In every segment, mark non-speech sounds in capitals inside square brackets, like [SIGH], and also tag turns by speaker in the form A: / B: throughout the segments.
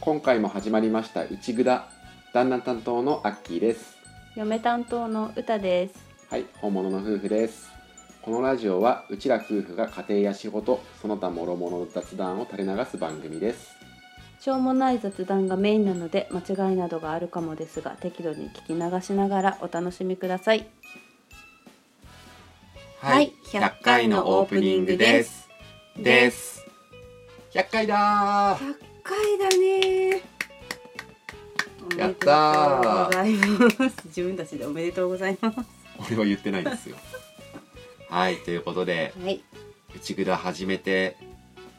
A: 今回も始まりました「うちぐだ」旦那担当のアッキーです
B: 嫁担当の歌です
A: はい本物の夫婦ですこのラジオはうちら夫婦が家庭や仕事その他諸々の雑談を垂れ流す番組です
B: しょうもない雑談がメインなので間違いなどがあるかもですが適度に聞き流しながらお楽しみくださいはい100回のオープニングです
A: です100回だー
B: 100回だね
A: やっ
B: お
A: たー
B: めでとうございます自分たちでおめでとうございます
A: 俺は言ってないですよ
B: [LAUGHS]
A: はいということで
B: はい
A: 「うちぐだ」始めて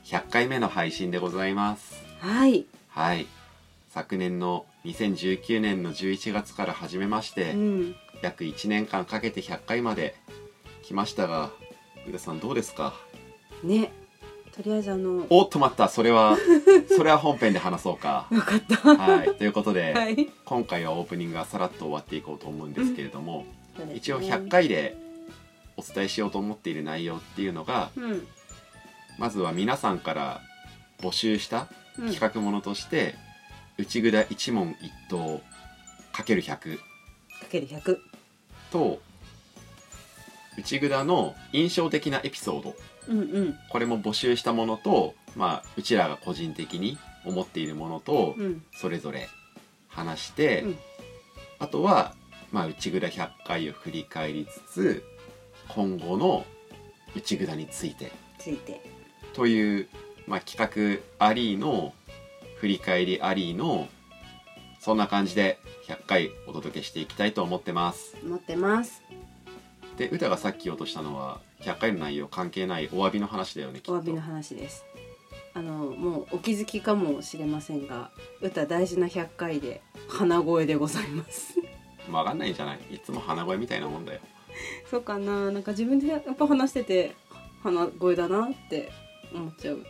A: 100回目の配信でございます
B: はい、
A: はい昨年の2019年の11月から始めまして、
B: うん、
A: 約1年間かけて100回まで来ましたが上田さんどうですか
B: ねとりあえずあの
A: おっと待ったそ
B: [LAUGHS]
A: れはそれは本編で話そうか
B: よかった [LAUGHS]
A: はいということで、
B: はい
A: 今回はオープニングはさらっと終わっていこうと思うんですけれども、
B: そうですね
A: 一応100回でお伝えしようと思っている内容っていうのが
B: うん、うん、
A: まずは皆さんから募集した企画ものとして「内ぐだ一問一答 ×100
B: かける100」
A: と「内ぐだの印象的なエピソード」
B: うんうん
A: これも募集したものと、まあ、うちらが個人的に思っているものと
B: うん
A: それぞれ話して、
B: うん
A: あとは、まあ、内蔵100回を振り返りつつ今後の内蔵について
B: ついて
A: という、まあ、企画ありの振り返りありのそんな感じで100回お届けしていきたいと思ってます。
B: 持ってます
A: で歌がさっき言おうとしたのは100回の内容関係ないお詫びの話だよねきっと
B: お詫びの話ですあのもうお気づきかもしれませんが歌大事な100回で鼻声でございます [LAUGHS]
A: わかんないんじゃないいつも鼻声みたいなもんだよ
B: そうかななんか自分でやっぱ話してて鼻声だなって思っちゃう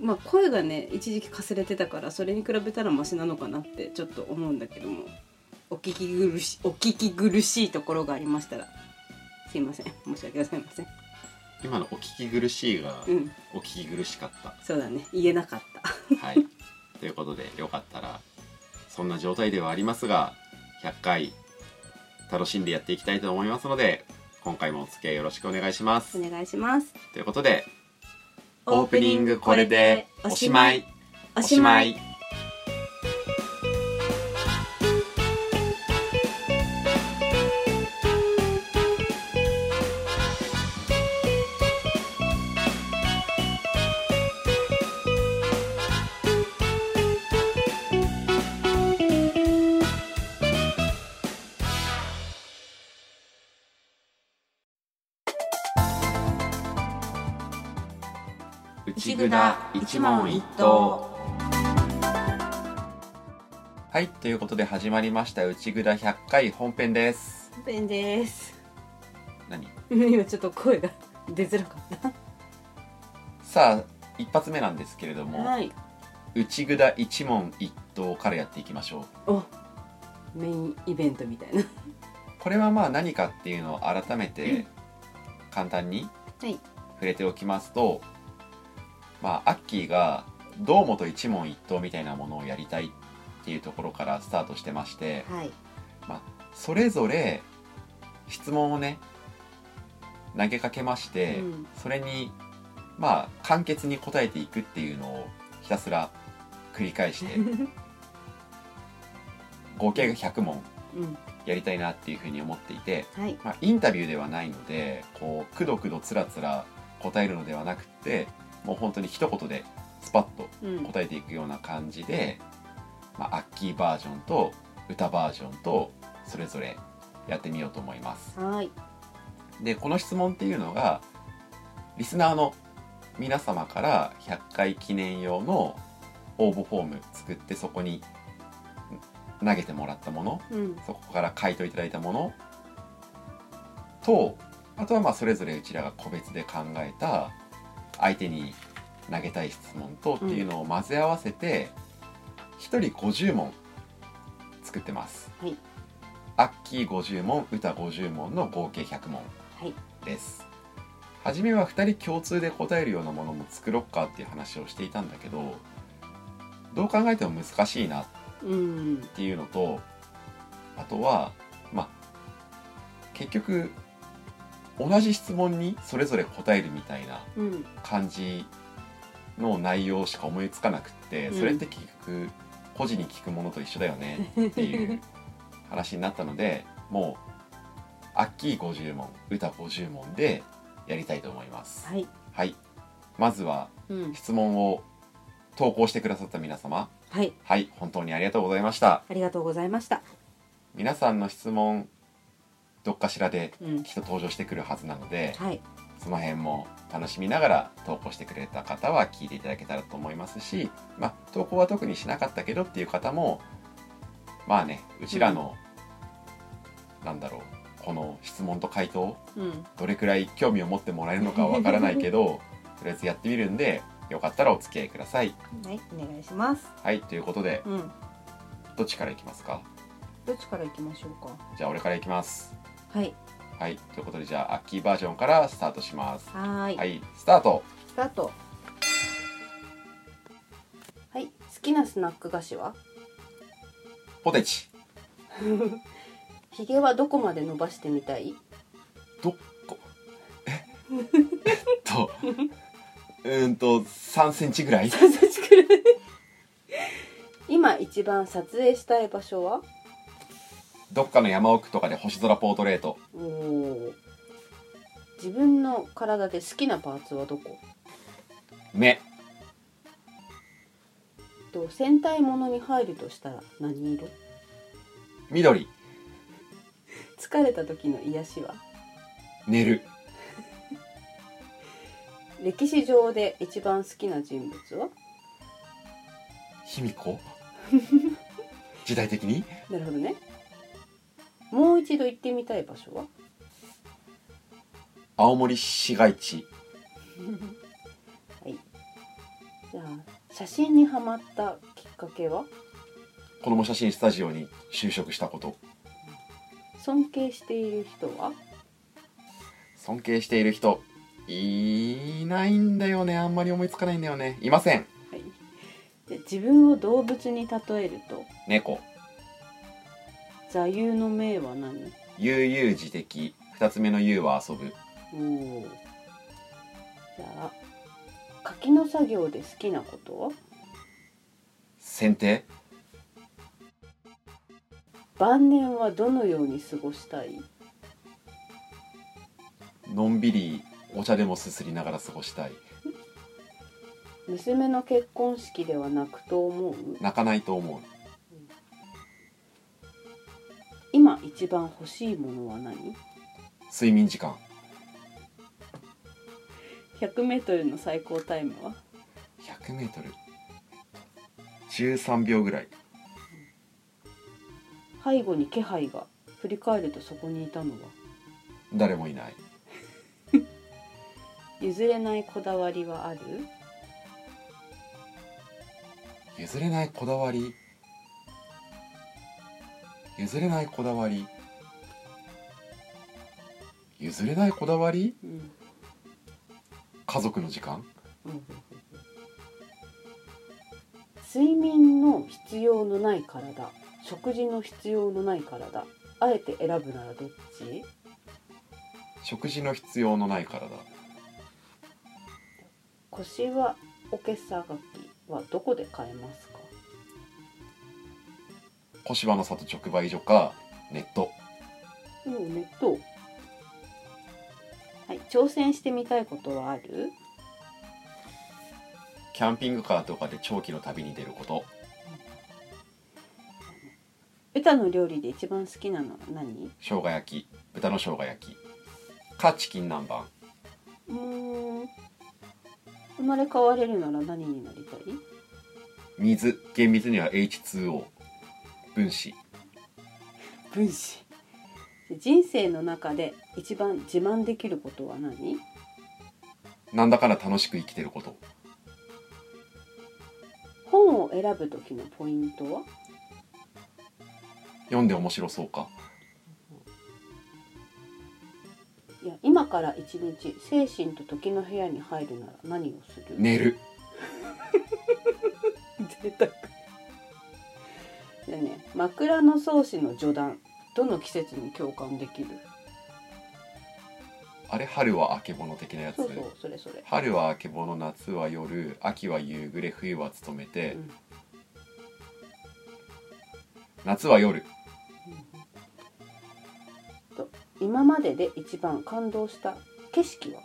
B: まあ声がね一時期かすれてたからそれに比べたらマシなのかなってちょっと思うんだけどもお聞き苦しお聞き苦しいところがありましたらすいません申し訳ございません
A: 今の「お聞き苦しい」が
B: うん
A: 「お聞き苦しかった
B: そうだね言えなかった」 [LAUGHS]
A: はいということでよかったらそんな状態ではありますが100回楽しんでやっていきたいと思いますので今回もお付き合いよろしくお願いします
B: お願いします
A: ということでオープニングこれでおしまい
B: おしま
A: お
B: い
A: しまい内ぐだ一問一答はい、ということで始まりました「内ぐだ100回」本編です。
B: ペンです
A: 何
B: 今ちょっと声が出づらかっ
A: さあ一発目なんですけれど
B: た
A: も「
B: はい
A: 内ぐだ一問一答」からやっていきましょ
B: おメインイベントみたいな
A: うこれはまあ何かっていうのを改めて簡単に
B: はい
A: 触れておきますと、まあアッキーが「どうもと一問一答」みたいなものをやりたいっていうところからスタートしてまして
B: はい
A: それぞれ質問をね投げかけまして、
B: うん
A: それにまあ簡潔に答えていくっていうのをひたすら繰り返して
B: [LAUGHS]
A: 合計が100問
B: うん
A: やりたいなっていうふうに思っていて、
B: はい
A: まあ、インタビューではないのでこうくどくどつらつら答えるのではなくてもう本当に一言でスパッと
B: うん
A: 答えていくような感じで、まあ、アッキーバージョンと歌バージョンとそれぞれやってみようと思います。
B: はい
A: でこの質問っていうのがリスナーの皆様から100回記念用の応募フォーム作ってそこに投げてもらったもの
B: うん
A: そこから回答いただいたものとあとはまあそれぞれうちらが個別で考えた相手に投げたい質問とっていうのを混ぜ合わせて1人50問作ってます。
B: はい
A: アッキー50問歌50問の合計100問
B: はい
A: です。初めは2人共通で答えるようなものも作ろっかっていう話をしていたんだけどどう考えても難しいな
B: うん
A: っていうのとあとはまあ結局同じ質問にそれぞれ答えるみたいな
B: うん
A: 感じの内容しか思いつかなくって、
B: うん
A: それって結局個人に聞くものと一緒だよねっていう話になったのでもうアッキー50問歌50問でやりたいと思います。
B: [LAUGHS] はい
A: はい、まずは
B: うん
A: 質問を投稿してくださった皆様
B: はい
A: はい本当にありがとうございました。
B: ありがとうございました
A: 皆さんの質問どっかしらで
B: うん
A: きっと登場してくるはずなので
B: はい
A: その辺も楽しみながら投稿してくれた方は聞いていただけたらと思いますし、まあ、投稿は特にしなかったけどっていう方もまあねうちらの、なんだろうこの質問と回答
B: うん
A: どれくらい興味を持ってもらえるのかわからないけど [LAUGHS] とりあえずやってみるんでよかったらお付き合いください。
B: はいお願いします
A: はいということで
B: うん
A: どっちからいきますか
B: どっちから行きましょうか
A: じゃあ俺からいきます。
B: はい
A: はい、ということでじゃあアッキーバージョンからスタートします。
B: はーい
A: はい、スタート。
B: スタートはい好きなスナック菓子は
A: ポテチ。
B: ひげはどこまで伸ばしてみたい [LAUGHS]
A: どっこ。 [LAUGHS] ええっと。うーんと、三センチぐらい。
B: 3センチくらい今一番撮影したい場所は
A: どっかの山奥とかで星空ポートレート。
B: おー自分の体で好きなパーツはどこ
A: 目。
B: と戦隊ものに入るとしたら何色
A: 緑。
B: 疲れた時の癒しは
A: 寝る。
B: 歴史上で一番好きな人物は
A: 卑弥呼。時代的に。
B: なるほどねもう一度行ってみたい場所は
A: 青森市街地。
B: はいじゃあ写真にハマったきっかけは
A: 子供写真スタジオに就職したこと。
B: 尊敬している人は
A: 尊敬している人。いないんだよね。あんまり思いつかないんだよね。いません。
B: はいで自分を動物に例えると
A: 猫。
B: 座右の銘は何
A: 悠々自適二つ目の悠は遊ぶ
B: おーじゃあ柿の作業で好きなことは
A: 剪定
B: 晩年はどのように過ごしたい
A: のんびりお茶でもすすりながら過ごしたい
B: 娘の結婚式では泣くと思う
A: 泣かないと思う
B: 今一番欲しいものは何
A: 睡眠時間
B: ?100m の最高タイムは
A: 100m13 秒ぐらい
B: 背後に気配が振り返るとそこにいたのは
A: 誰もいない
B: 譲れないこだわりはある
A: 譲れないこだわり譲れないこだわり譲れないこだわり
B: うん
A: 家族の時間
B: 睡眠の必要のない体食事の必要のない体あえて選ぶならどっち
A: 食事の必要のない体
B: 腰はおけさがきはどこで買えますか
A: 小芝の里直売所かネット
B: うんネットはい挑戦してみたいことはある
A: キャンピングカーとかで長期の旅に出ること
B: 歌の料理で一番好きなのは何
A: 生姜焼き豚の生姜焼きかチキン南蛮
B: うーん生まれ変われるなら何になりたい
A: 水厳密には H2O 分子
B: 分子人生の中で一番自慢できることは何
A: なんだから楽しく生きてること
B: 本を選ぶ時のポイントは
A: 読んで面白そうか
B: いや今から一日精神と時の部屋に入るなら何をする
A: 寝る
B: 贅沢 [LAUGHS] でね枕草子の序談どの季節に共感できる
A: あれ春はあけぼの的なやつ
B: そうそうそれそれ、
A: 春はあけぼの夏は夜秋は夕暮れ冬は勤めて、
B: うん
A: 夏は夜
B: 今までで一番感動した景色は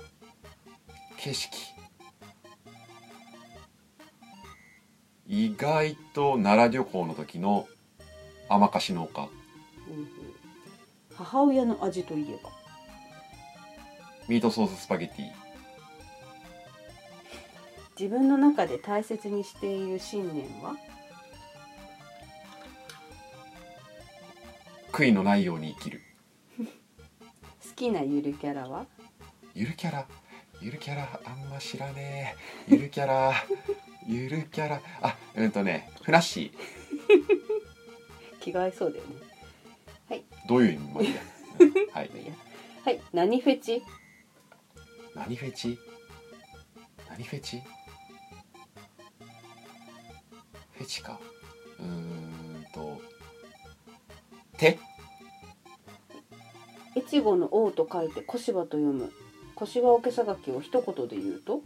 A: 景色意外と奈良旅行の時の甘かし農家
B: 母親の味といえば
A: ミートソーススパゲティ
B: 自分の中で大切にしている信念は
A: 悔いのないように生きる
B: 好きなゆるキャラは
A: ゆるキャラゆるキャラあんま知らねえゆるキャラゆるキャラあうんとねふなっし
B: 着替えそうだよね
A: ーどういう意味もいいやはい
B: いやはい何フェチ
A: 何フェチ何フェチフェチかうーんと手
B: 越後の王と書いて小芝と読む小芝おけさがきを一言で言うと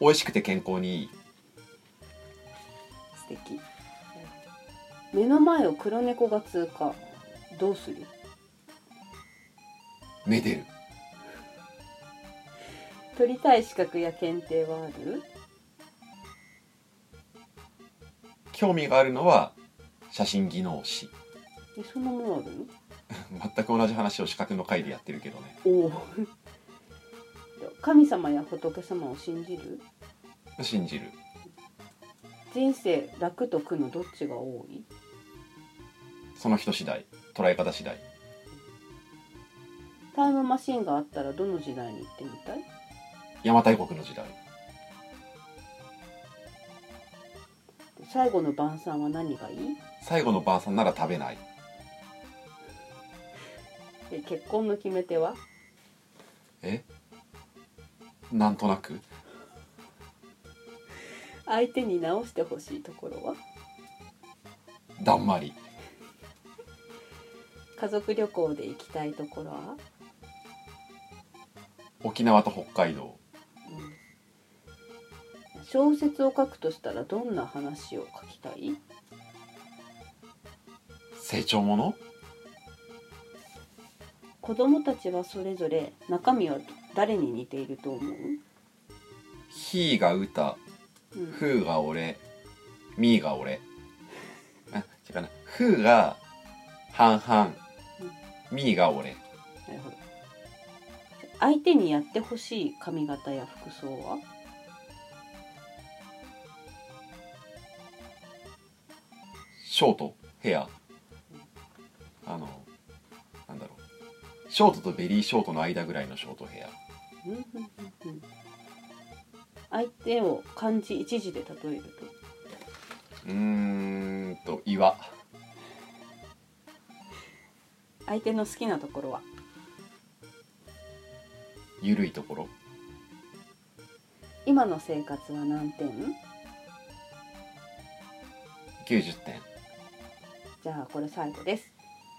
A: 美味しくて健康にいい
B: 素敵目の前を黒猫が通過どうする
A: めでる
B: 取りたい資格や検定はある
A: 興味があるのは写真技能士
B: えそんなものあるの
A: 全く同じ話を資格の回でやってるけどね
B: おお神様や仏様を信じる
A: 信じる
B: 人生楽と苦のどっちが多い
A: その人次第捉え方次第
B: タイムマシンがあったらどの時代に行ってみたい
A: 邪馬台国の時代
B: 最後の晩餐は何がいい
A: 最後の晩餐なら食べない
B: で結婚の決め手は
A: えなんとなく
B: 相手に直してほしいところは
A: だんまり
B: 家族旅行で行きたいところは、
A: 沖縄と北海道
B: うん小説を書くとしたらどんな話を書きたい
A: 成長もの
B: 子供たちはそれぞれ中身は誰に似ていると思う、
A: 「ひ」が歌
B: う
A: 「
B: ん
A: ふ」が俺「み」が俺あ違うな「ふ」が半々「み」が俺
B: なるほど相手にやってほしい髪型や服装は
A: ショートヘアあのなんだろうショートとベリーショートの間ぐらいのショートヘア
B: うんうんうんうん相手を漢字一字で例えると
A: うーんと岩
B: 相手の好きなところは
A: ゆるいところ
B: 今の生活は何点
A: 90点
B: じゃあこれ最後です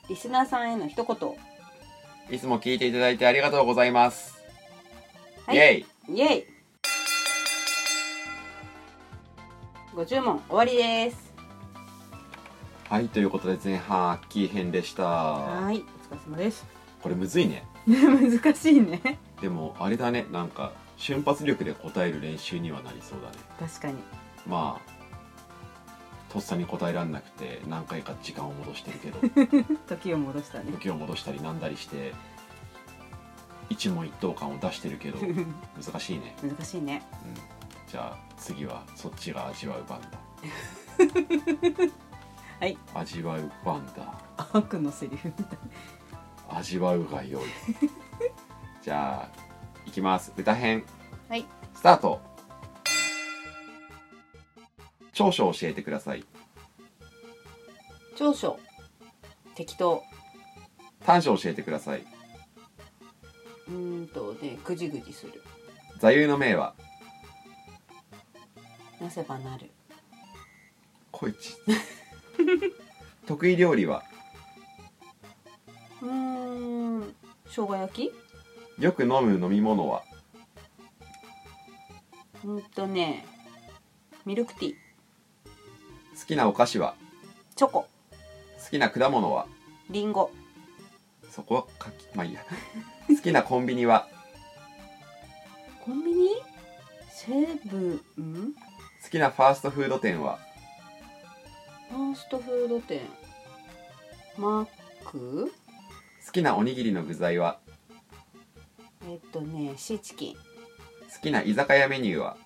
B: リスナーさんへの一言
A: いつも聞いていただいてありがとうございます、
B: はい
A: イエイ
B: イエイご注文終わりです
A: はいということで前半アッキー編でした
B: はいお疲れ様です [LAUGHS]
A: これむずいね
B: 難しいね
A: でもあれだねなんか瞬発力で答える練習にはなりそうだね
B: 確かに
A: まあとっさに答えられなくて何回か時間を戻してるけど
B: 時を戻したね
A: 時を戻したりなんだりして一問一答感を出してるけど難しいね、
B: 難しいね
A: うん、じゃあ次はそっちが味わう番だ
B: はい
A: 味わう番だ
B: 悪のセリフみたい
A: 味わうが良いじゃあいきます歌編
B: はい
A: スタート長所を教えてください
B: 長所適当
A: 短所を教えてくださいう
B: ーんとねぐじぐじする
A: 座右の銘は
B: なせばなる
A: こいち得意料理は
B: うーん生姜焼き
A: よく飲む飲み物は
B: うーんとねミルクティー
A: 好きなお菓子は
B: チョコ
A: 好きな果物は
B: リンゴ
A: そこはかきまあいいや好きなコンビニは
B: コンビニセブン
A: 好きなファーストフード店は
B: ファーストフード店マック
A: 好きなおにぎりの具材は
B: えっとねシーチキン
A: 好きな居酒屋メニューは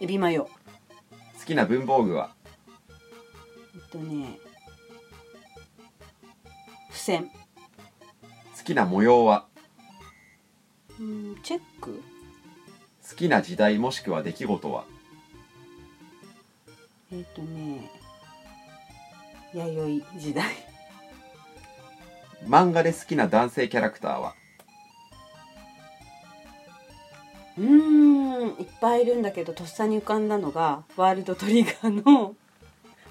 B: エビマヨ
A: 好きな文房具は
B: えっとね付箋
A: 好きな模様は
B: うーんチェック
A: 好きな時代もしくは出来事は
B: えっとね弥生時代
A: 漫画で好きな男性キャラクターは
B: うーんいっぱいいるんだけどとっさに浮かんだのがワールドトリガーの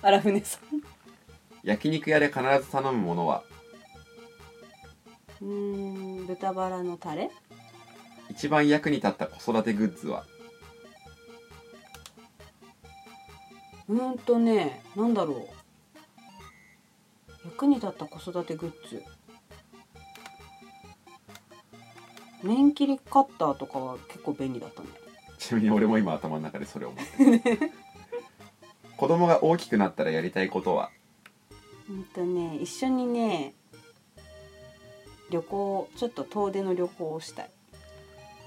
B: 荒船さん
A: 焼肉屋で必ず頼むものは
B: うーん豚バラのタレ
A: 一番役に立った子育てグッズは
B: うーんとねなんだろう役に立った子育てグッズ面切りカッターとかは結構便利だったね
A: ちなみに俺も今頭の中でそれを思ってる子供が大きくなったらやりたいことは
B: うんとね一緒にね旅行ちょっと遠出の旅行をしたい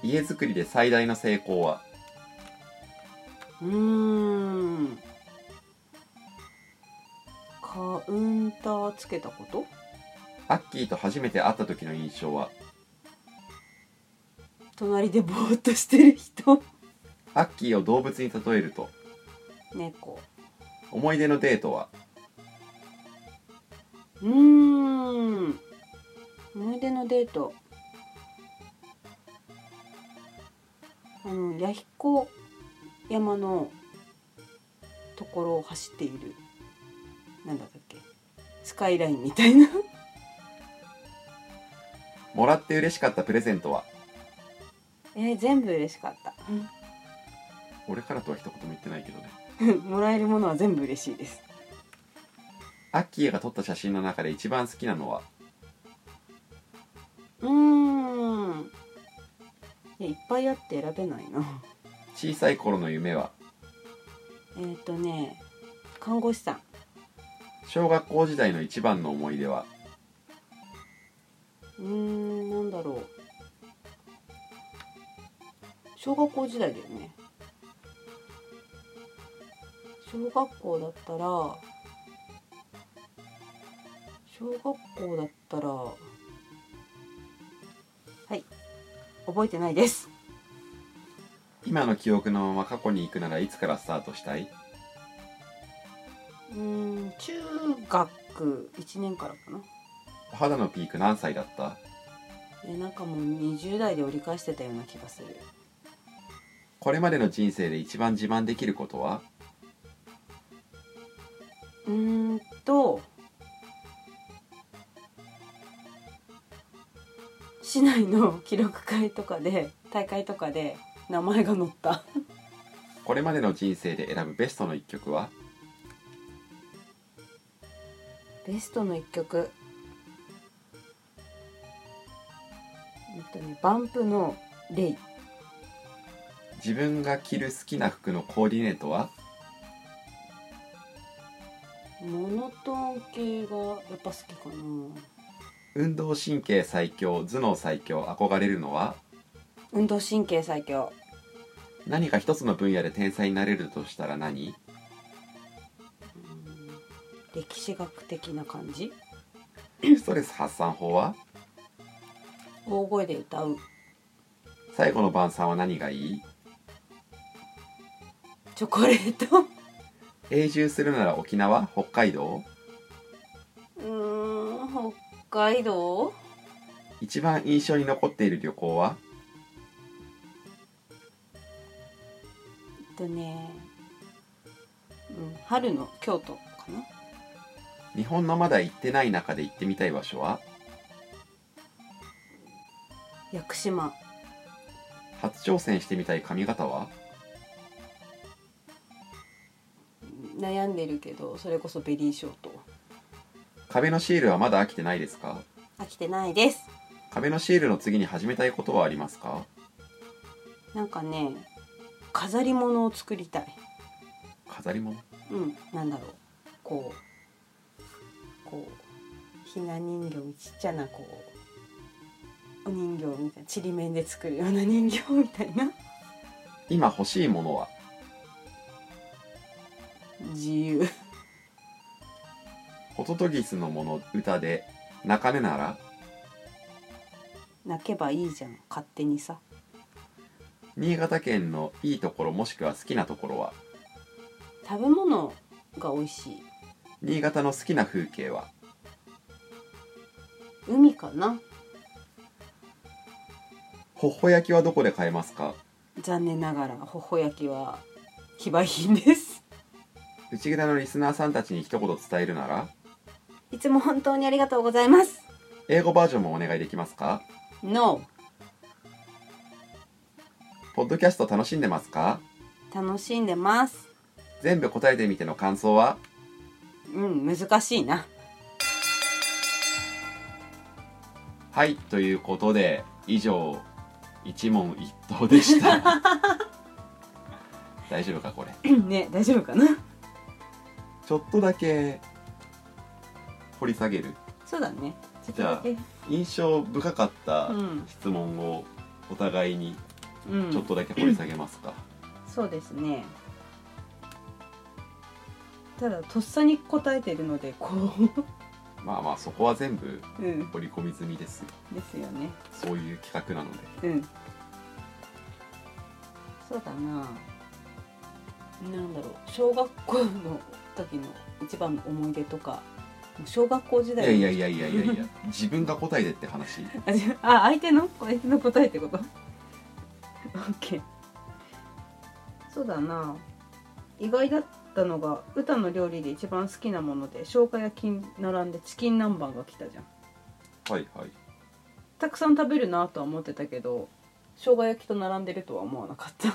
A: 家づくりで最大の成功は
B: うーんカウンターつけたこと
A: アッキーと初めて会った時の印象は
B: 隣でぼーっとしてる人
A: アッキーを動物に例えると
B: 猫
A: 思い出のデートは
B: うーん思い出のデートあの弥彦山のところを走っているなんだったっけスカイラインみたいな
A: もらって嬉しかったプレゼントは
B: [LAUGHS] えー全部嬉しかった
A: 俺からとは一言も言ってないけどね
B: もらえるものは全部嬉しいです
A: アッキーが撮った写真の中で一番好きなのは
B: うーんいやいっぱいあって選べないな
A: 小さい頃の夢は
B: えっ、とね看護師さん
A: 小学校時代の一番の思い出は
B: うーんなんだろう小学校時代だよね小学校だったら小学校だったらはい覚えてないです
A: 今の記憶のまま過去に行くならいつからスタートしたいう
B: ーん中学1年からかな
A: お肌のピーク何歳だった
B: えなんかもう20代で折り返してたような気がする
A: これまでの人生で一番自慢できることは
B: うーんと市内の記録会とかで大会とかで名前が載った
A: これまでの人生で選ぶベストの一曲は
B: ベストの一曲えっとねバンプの「レイ
A: 自分が着る好きな服のコーディネートは」
B: モノトーン系がやっぱ好きかな
A: 運動神経最強頭脳最強憧れるのは
B: 運動神経最強
A: 何か一つの分野で天才になれるとしたら何
B: 歴史学的な感じ
A: ストレス発散法は
B: 大声で歌う
A: 最後の晩餐は何がいい
B: チョコレート
A: 永住するなら沖縄北海道
B: うーん北海道
A: 一番印象に残っている旅行は
B: えっとね、うん、春の京都かな
A: 日本のまだ行ってない中で行ってみたい場所は
B: 屋久島
A: 初挑戦してみたい髪型は
B: 悩んでるけどそれこそベリーショート
A: 壁のシールはまだ飽きてないですか
B: 飽きてないです
A: 壁のシールの次に始めたいことはありますか
B: なんかね飾り物を作りたい
A: 飾り物
B: うんなんだろうこうこうひな人形ちっちゃなこうお人形みたいなちりめんで作るような人形みたいな
A: 今欲しいものは
B: 自由
A: ホトトギスのもの歌で泣かねなら
B: 泣けばいいじゃん勝手にさ
A: 新潟県のいいところもしくは好きなところは
B: 食べ物が美味しい
A: 新潟の好きな風景は
B: 海かな
A: ほっほ焼きはどこで買えますか
B: 残念ながらほほ焼きは非売品です
A: 内札のリスナーさんたちに一言伝えるなら
B: いつも本当にありがとうございます
A: 英語バージョンもお願いできますか
B: No
A: ポッドキャスト楽しんでますか
B: 楽しんでます
A: 全部答えてみての感想は
B: うん難しいな
A: はいということで以上一問一答でした大丈夫かこ
B: [COUGHS]
A: れ
B: ね大丈夫かな
A: ちょっとだけ掘り下げる
B: そうだね
A: じゃあ印象深かった
B: うん
A: 質問をお互いに
B: うん
A: ちょっとだけ掘り下げますか、
B: そうですねただとっさに答えてるのでこ
A: まあまあそこは全部
B: ううん
A: 掘り込み済みですよ
B: ですよね
A: そういう企画なので
B: うんそうだななんだろう小学校の時の一番の思い出とかもう小学校時
A: い
B: 代
A: や
B: の
A: いやいやいやい
B: [LAUGHS]
A: やいや自分が答えてって話
B: あじゃああ相手の相手の答えってこと ?OK そうだな意外だったのが歌の料理で一番好きなもので生姜焼きに並んでチキン南蛮が来たじゃん
A: はいはい
B: たくさん食べるなとは思ってたけど生姜焼きと並んでるとは思わなかった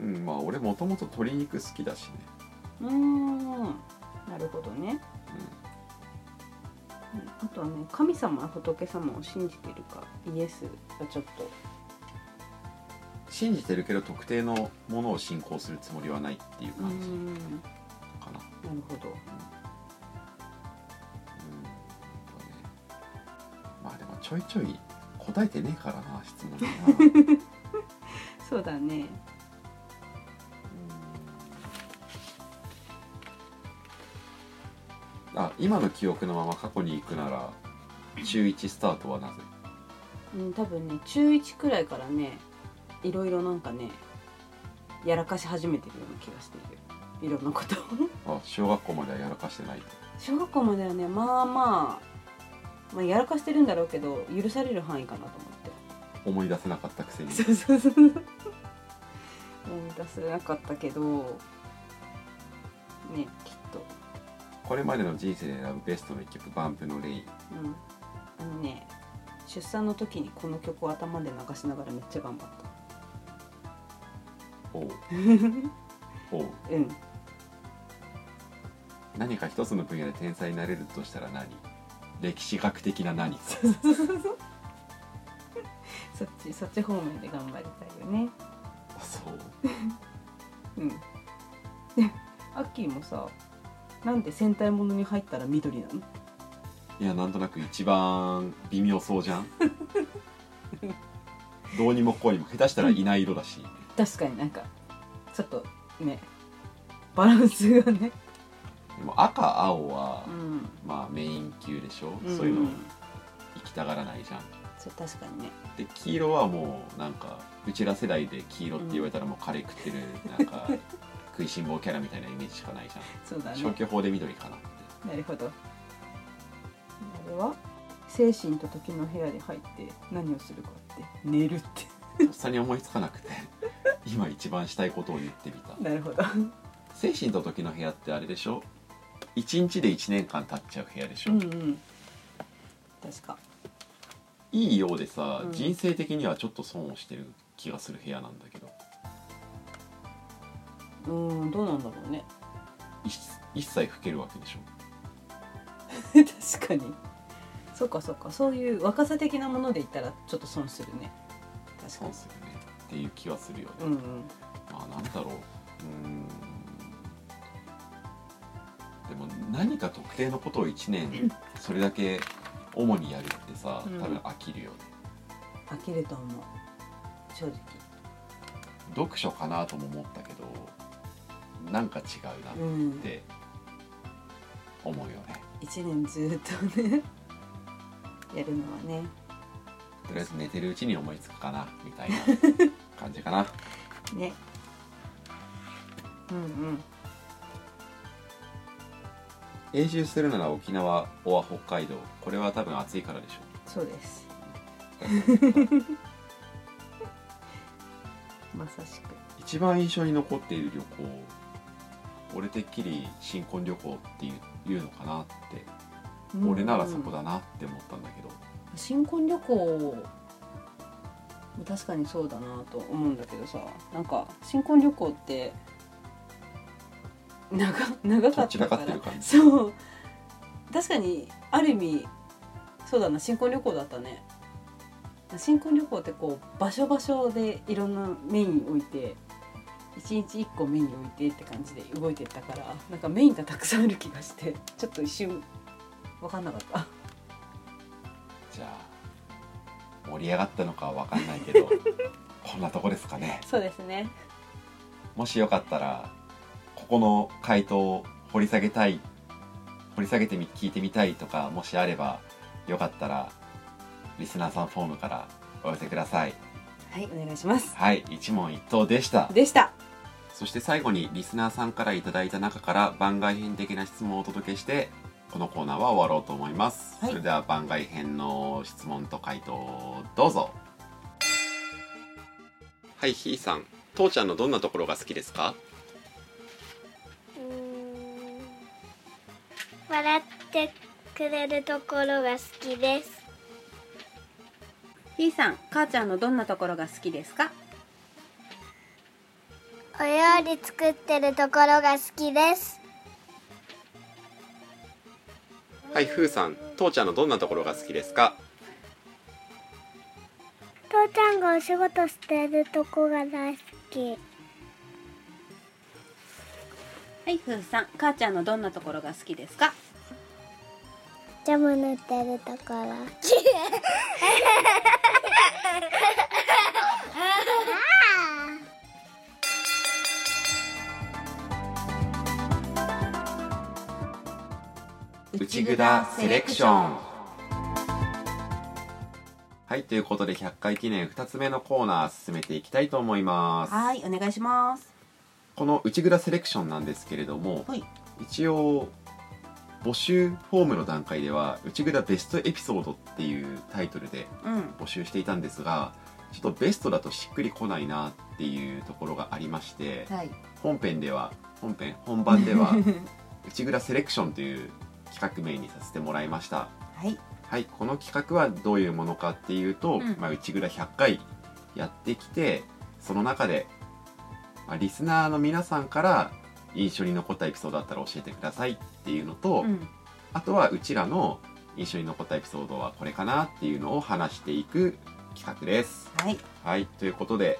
A: うんまあ俺もともと鶏肉好きだしね
B: うーんなるほどね、うんあとはね神様仏様を信じてるかイエスがちょっと
A: 信じてるけど特定のものを信仰するつもりはないっていう
B: うー
A: 感じ
B: んな
A: かな、うん
B: るほど
A: とねまあでもちょいちょい答えてねえからな質問になうん
B: そうだね [LAUGHS]
A: あ今の記憶のまま過去に行くなら中1スタートはなぜ
B: うん、多分ね中1くらいからねいろいろなんかねやらかし始めてるような気がしているいろんなことを
A: あ小学校まではやらかしてない
B: [LAUGHS] 小学校まではねまあまあ、まあ、やらかしてるんだろうけど許される範囲かなと思って
A: 思い出せなかったくせに
B: そうそうそう思い出せなかったけどねきっと、
A: これまでの人生で選ぶベストの一曲「バンプのレイ
B: う
A: ン
B: ん、あのね出産の時にこの曲を頭で流しながらめっちゃ頑張っ」 [LAUGHS]
A: おうおう
B: たうん
A: 何か一つの分野で天才になれるとしたら何歴史学的な何か
B: そっちそっち方面で頑張りたいよね
A: そう
B: うんアッキーもさなんで戦隊ものに入ったら緑なの
A: いやなんとなく一番微妙そうじゃん
B: [LAUGHS]
A: どうにもこうにも下手したらいない色だし
B: 確かになんかちょっとねバランスがね、
A: でも赤青は、
B: うん、
A: まあメイン級でしょ、
B: ん
A: そういうの行きたがらないじゃん
B: そう確かにね
A: で黄色はもうなんかうちら世代で黄色って言われたらもうカレー食ってるな
B: [LAUGHS]
A: んか食いしん坊キャラみたいなイメージしかないじゃ
B: そうだ
A: ん
B: ね
A: 消去法で緑かなって
B: なるほどあれは精神と時の部屋に入って何をするかって寝るって
A: とっさに思いつかなくて [LAUGHS] 今一番したいことを言ってみた
B: なるほど
A: 精神と時の部屋ってあれでしょ1日で1年間経っちゃう部屋でしょ、
B: うんうん確か
A: いいようでさ、
B: うん
A: 人生的にはちょっと損をしてる気がする部屋なんだけど
B: うーんどうなんだろうね
A: 一一切老けるわけでしょ
B: [LAUGHS] 確かにそうかそうかそういう若さ的なもので言ったらちょっと損するね確か
A: 損
B: に
A: するねっていう気はするよね、
B: うんうん
A: まあなんだろううーんでも何か特定のことを1年それだけ主にやるってさ
B: うん
A: 多分飽きるよね、
B: 飽きると思う正直
A: 読書かなとも思ったけどなんか違うな
B: う
A: っ
B: ん
A: て思うよね
B: 一年ずっと [LAUGHS] ねやるのはね
A: とりあえず寝てるうちに思いつくかなみたいな感じかな
B: ねうんうん
A: 永住するなら沖縄オア北海道これは多分暑いからでしょ
B: そうです。 [LAUGHS] まさしく。
A: 一番印象に残っている旅行俺てっきり新婚旅行っていう言うのかなって、俺ならそこ
B: だ。
A: だなって思ったんだけど
B: 新婚旅行。確かにそうだなと思うんだけどさ、なんか新婚旅行って。長、長か
A: ど
B: っ
A: ちら
B: た
A: か
B: か
A: ってる
B: ら。
A: 感じ
B: そう。確かに、ある意味。そうだな、新婚旅行だったね。新婚旅行ってこう場所場所でいろんなメイン置いて一日一個メイン置いてって感じで動いてったからなんかメインがたくさんある気がしてちょっと一瞬分かんなかった
A: じゃあ盛り上がったのかは分かんないけ
B: [LAUGHS]
A: どこんなとこですかね
B: そうですね
A: もしよかったらここの回答を掘り下げたい掘り下げてみ聞いてみたいとかもしあればよかったらリスナーさんフォームからお寄せください
B: はいお願いします
A: はい一問一答でした
B: でした
A: そして最後にリスナーさんからいただいた中から番外編的な質問をお届けしてこのコーナーは終わろうと思います、
B: はい
A: それでは番外編の質問と回答をどうぞはいひーさん父ちゃんのどんなところが好きですか
C: うーん笑ってくれるところが好きです
D: ひーさん、母ちゃんのどんなところが好きですか
C: お料理作ってるところが好きです
A: はいふーさん父ちゃんのどんなところが好きですか
C: 父ちゃんがお仕事してるとこが大好き
D: はい、ふーさん、母ちゃんのどんなところが好きですか
C: ジャム塗ってるところ
A: 内ぐだセレクションはいということで100回記念2つ目のコーナー進めていきたいと思います
D: はい、お願いします。
A: この内蔵セレクションなんですけれども、
D: はい
A: 一応募集フォームの段階では「内蔵ベストエピソード」っていうタイトルで
D: うん、
A: 募集していたんですがちょっとベストだとしっくりこないなっていうところがありまして
D: はい、
A: 本編では本編本番では内蔵セレクションという企画名にさせてもらいました
D: [LAUGHS] はい、
A: はい、この企画はどういうものかっていう
D: う
A: と、
D: ん
A: まあ、内蔵100回やってきてその中で、まあ、リスナーの皆さんから印象に残ったエピソードあったら教えてくださいっていうのと、
D: うん、
A: あとはうちらの印象に残ったエピソードはこれかなっていうのを話していく企画です。
D: はい、
A: はい、ということで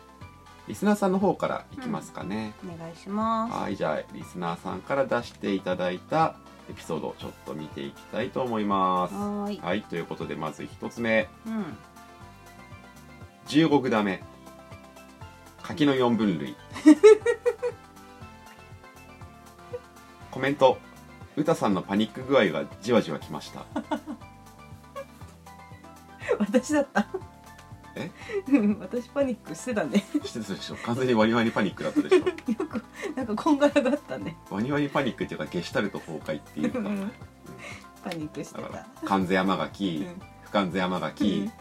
A: リスナーさんの方からいきますかね、
B: お願いしま
A: はいじゃあリスナーさんから出していただいたエピソードをちょっと見ていきたいと思います
B: す。はーい。
A: はいということでまず1つ目
B: うん。
A: 15グダメ柿の4
B: [LAUGHS]
A: 分類コメントうたさんのパニック具合がじわじわきました
B: 私だった。
A: え？
B: うん私パニックしてたね。 [LAUGHS]
A: してたでしょ完全にワニワニパニックだったでしょ
B: よくなんかこんがらがったね。
A: ワニワニパニックっていうかゲシュタルト崩壊っていう
B: う
A: か
B: んパニックして
A: だか
B: た
A: ら。関税山
B: う
A: 垣
B: ん
A: 不完全山
B: う
A: 垣
B: ん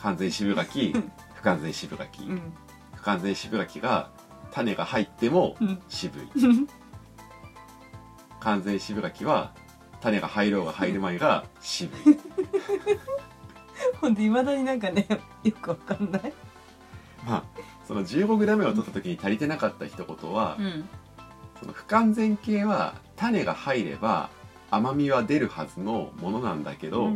A: 完全渋垣
B: うん
A: 不完全渋垣
B: うん
A: 不完全渋柿が種が入っても
B: うん [LAUGHS]
A: 渋い
B: うん
A: 完全渋柿は種が入ろうが入る前が渋
B: [LAUGHS]
A: い
B: ほんで未だになんかねよくわかんない。
A: まあその 15g を取った時に足りてなかった一言は、
B: うん。
A: その不完全形は種が入れば甘みは出るはずのものなんだけど、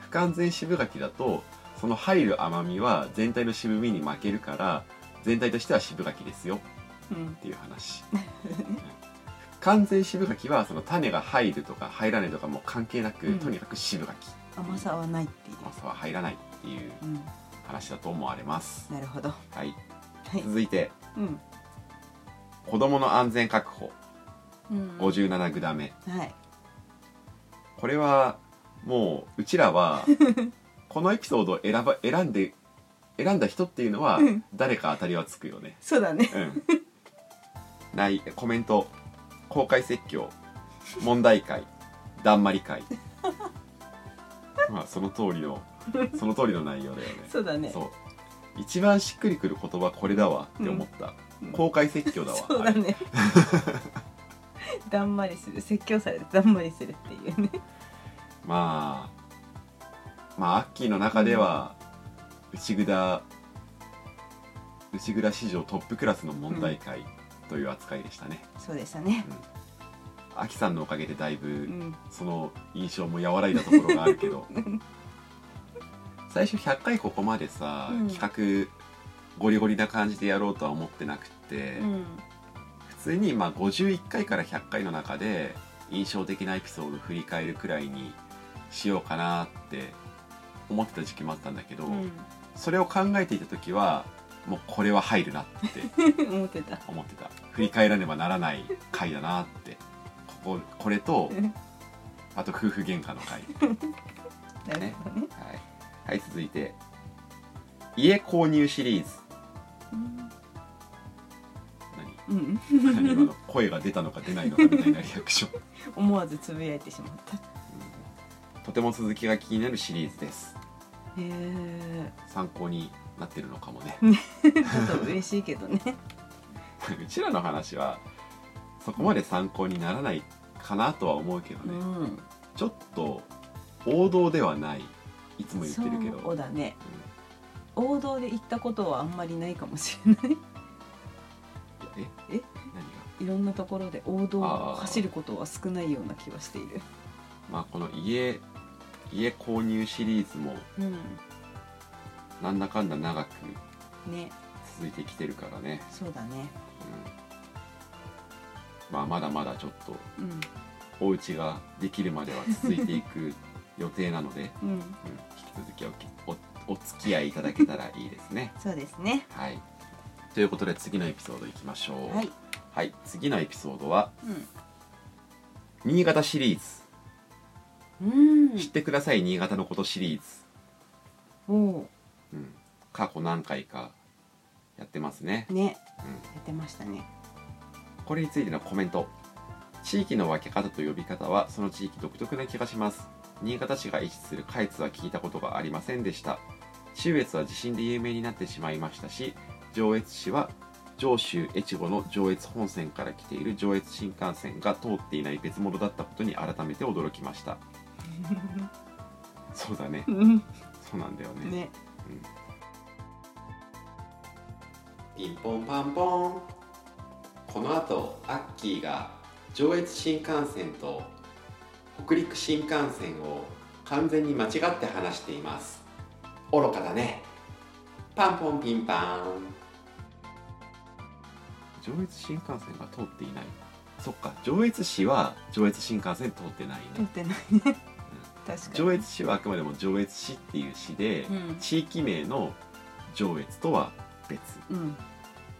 A: 不完全渋柿だとその入る甘みは全体の渋みに負けるから全体としては渋柿ですよ
B: うん
A: っていう話うん完全渋柿はその種が入るとか入らないとかも関係なく、
B: うん
A: とにかく渋柿
B: 甘さはないっていう。
A: 甘さは入らないっていう
B: うん。
A: 話だと思われます、
B: なるほど。は
A: はい、
B: い。
A: 続いて
B: うん。
A: 子どもの安全確保
B: うんは
A: 57グダメ
B: い。
A: これはもううち
B: [LAUGHS]
A: らはこのエピソードを選ば選んで選んだ人っていうのは
B: うん
A: 誰か当たりはつくよね
B: そうだね。
A: うんないコメント公開説教問題会だんまり会まあその通りのその通りの内容だよね
B: そうだね。
A: そう一番しっくりくる言葉これだわって思った、
B: うん
A: 公開説教だわ
B: [LAUGHS] そうだね。だんまりする説教されてだんまりするっていうね。
A: まあまあアッキーの中では内蔵内蔵史上トップクラスの問題会という扱いでしたね、
B: そうでしたね。
A: アキさんのおかげでだいぶ
B: うん。
A: その印象も和らいだところがあるけ
B: [LAUGHS]
A: ど最初100回ここまでさ、
B: うん
A: 企画ゴリゴリな感じでやろうとは思ってなくって、
B: うん。
A: 普通にまあ51回から100回の中で印象的なエピソードを振り返るくらいにしようかなって思ってた時期もあったんだけど、
B: う
A: それを考えていた時はもうこれは入るなって
B: ん。思ってた。[LAUGHS]
A: 思ってた振り返らねばならない回だなってこここれと
B: うん
A: あと夫婦喧嘩の回、
B: なるほどね。
A: はい、はい、続いて家購入シリーズ
B: うん。
A: 何何今の声が出たのか出ないのかみたいなリアクション
B: 思わずつぶやいてしまった。へ
A: とても続きが気になるシリーズです
B: え。
A: 参考になってるのかもね
B: ちょっと嬉しいけどね。
A: うちらの話はそこまで参考にならないかなとは思うけど
B: う
A: ね、
B: ん。
A: ちょっと王道ではないいつも言ってるけど
B: そうだね。王道で行ったことはあんまりないかもしれない。
A: え
B: え
A: 何が
B: [LAUGHS] いろんなところで王道を
A: あー
B: 走ることは少ないような気はしている。
A: まあこの家家購入シリーズも
B: うん。
A: なんだかんだ長く
B: ね。
A: 続いてきてるからね、
B: そうだね。
A: うんまあまだまだちょっと
B: うん。
A: お家ができるまでは続いていく予定なので、
B: うん。
A: うん引き続きおきおお付き合いいただけたらいいですね。
B: そうですね。
A: はい、ということで次のエピソードいきましょう。
B: はい。
A: はい、次のエピソードは
B: うん。
A: 新潟シリー
D: う
A: ズ、
D: ん
A: 知ってください新潟のことシリーズ、
B: お
A: うん、過去何回かやってますね
B: お。ね
A: うん
B: やってましたね
A: これについてのコメント地域の分け方と呼び方はその地域独特な気がします新潟市が位置する下越は聞いたことがありませんでした中越は地震で有名になってしまいましたし上越市は上州越後の上越本線から来ている上越新幹線が通っていない別物だったことに改めて驚きましたそうだねそうなんだよね
B: ね
A: ピンポンパンポンこの後アッキーが上越新幹線と北陸新幹線を完全に間違って話しています愚かだねパンポンピンパン上越新幹線が通っていないそっか上越市は上越新幹線通ってない
B: 撮っ
A: ね
B: てないね確かに
A: 上越市はあくまでも上越市っていう市で、
B: うん
A: 地域名の上越とは別
B: うん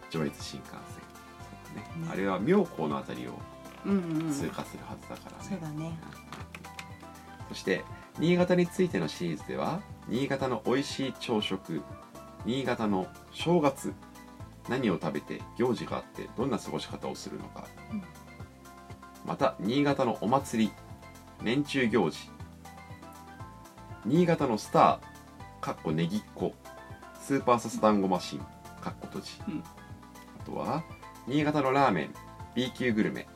A: 上越新幹線そうだね、
B: ね
A: あれは妙高のあたりを
B: うんうん
A: 通過するはずだからね、
B: そうだね
A: そして新潟についてのシリーズでは新潟の美味しい朝食新潟の正月何を食べて行事があってどんな過ごし方をするのか、
B: うん
A: また新潟のお祭り年中行事新潟のスターかっこねぎっこスーパーサスダンゴマシンかっこ閉じ、
B: うん
A: あとは新潟のラーメン B 級グルメ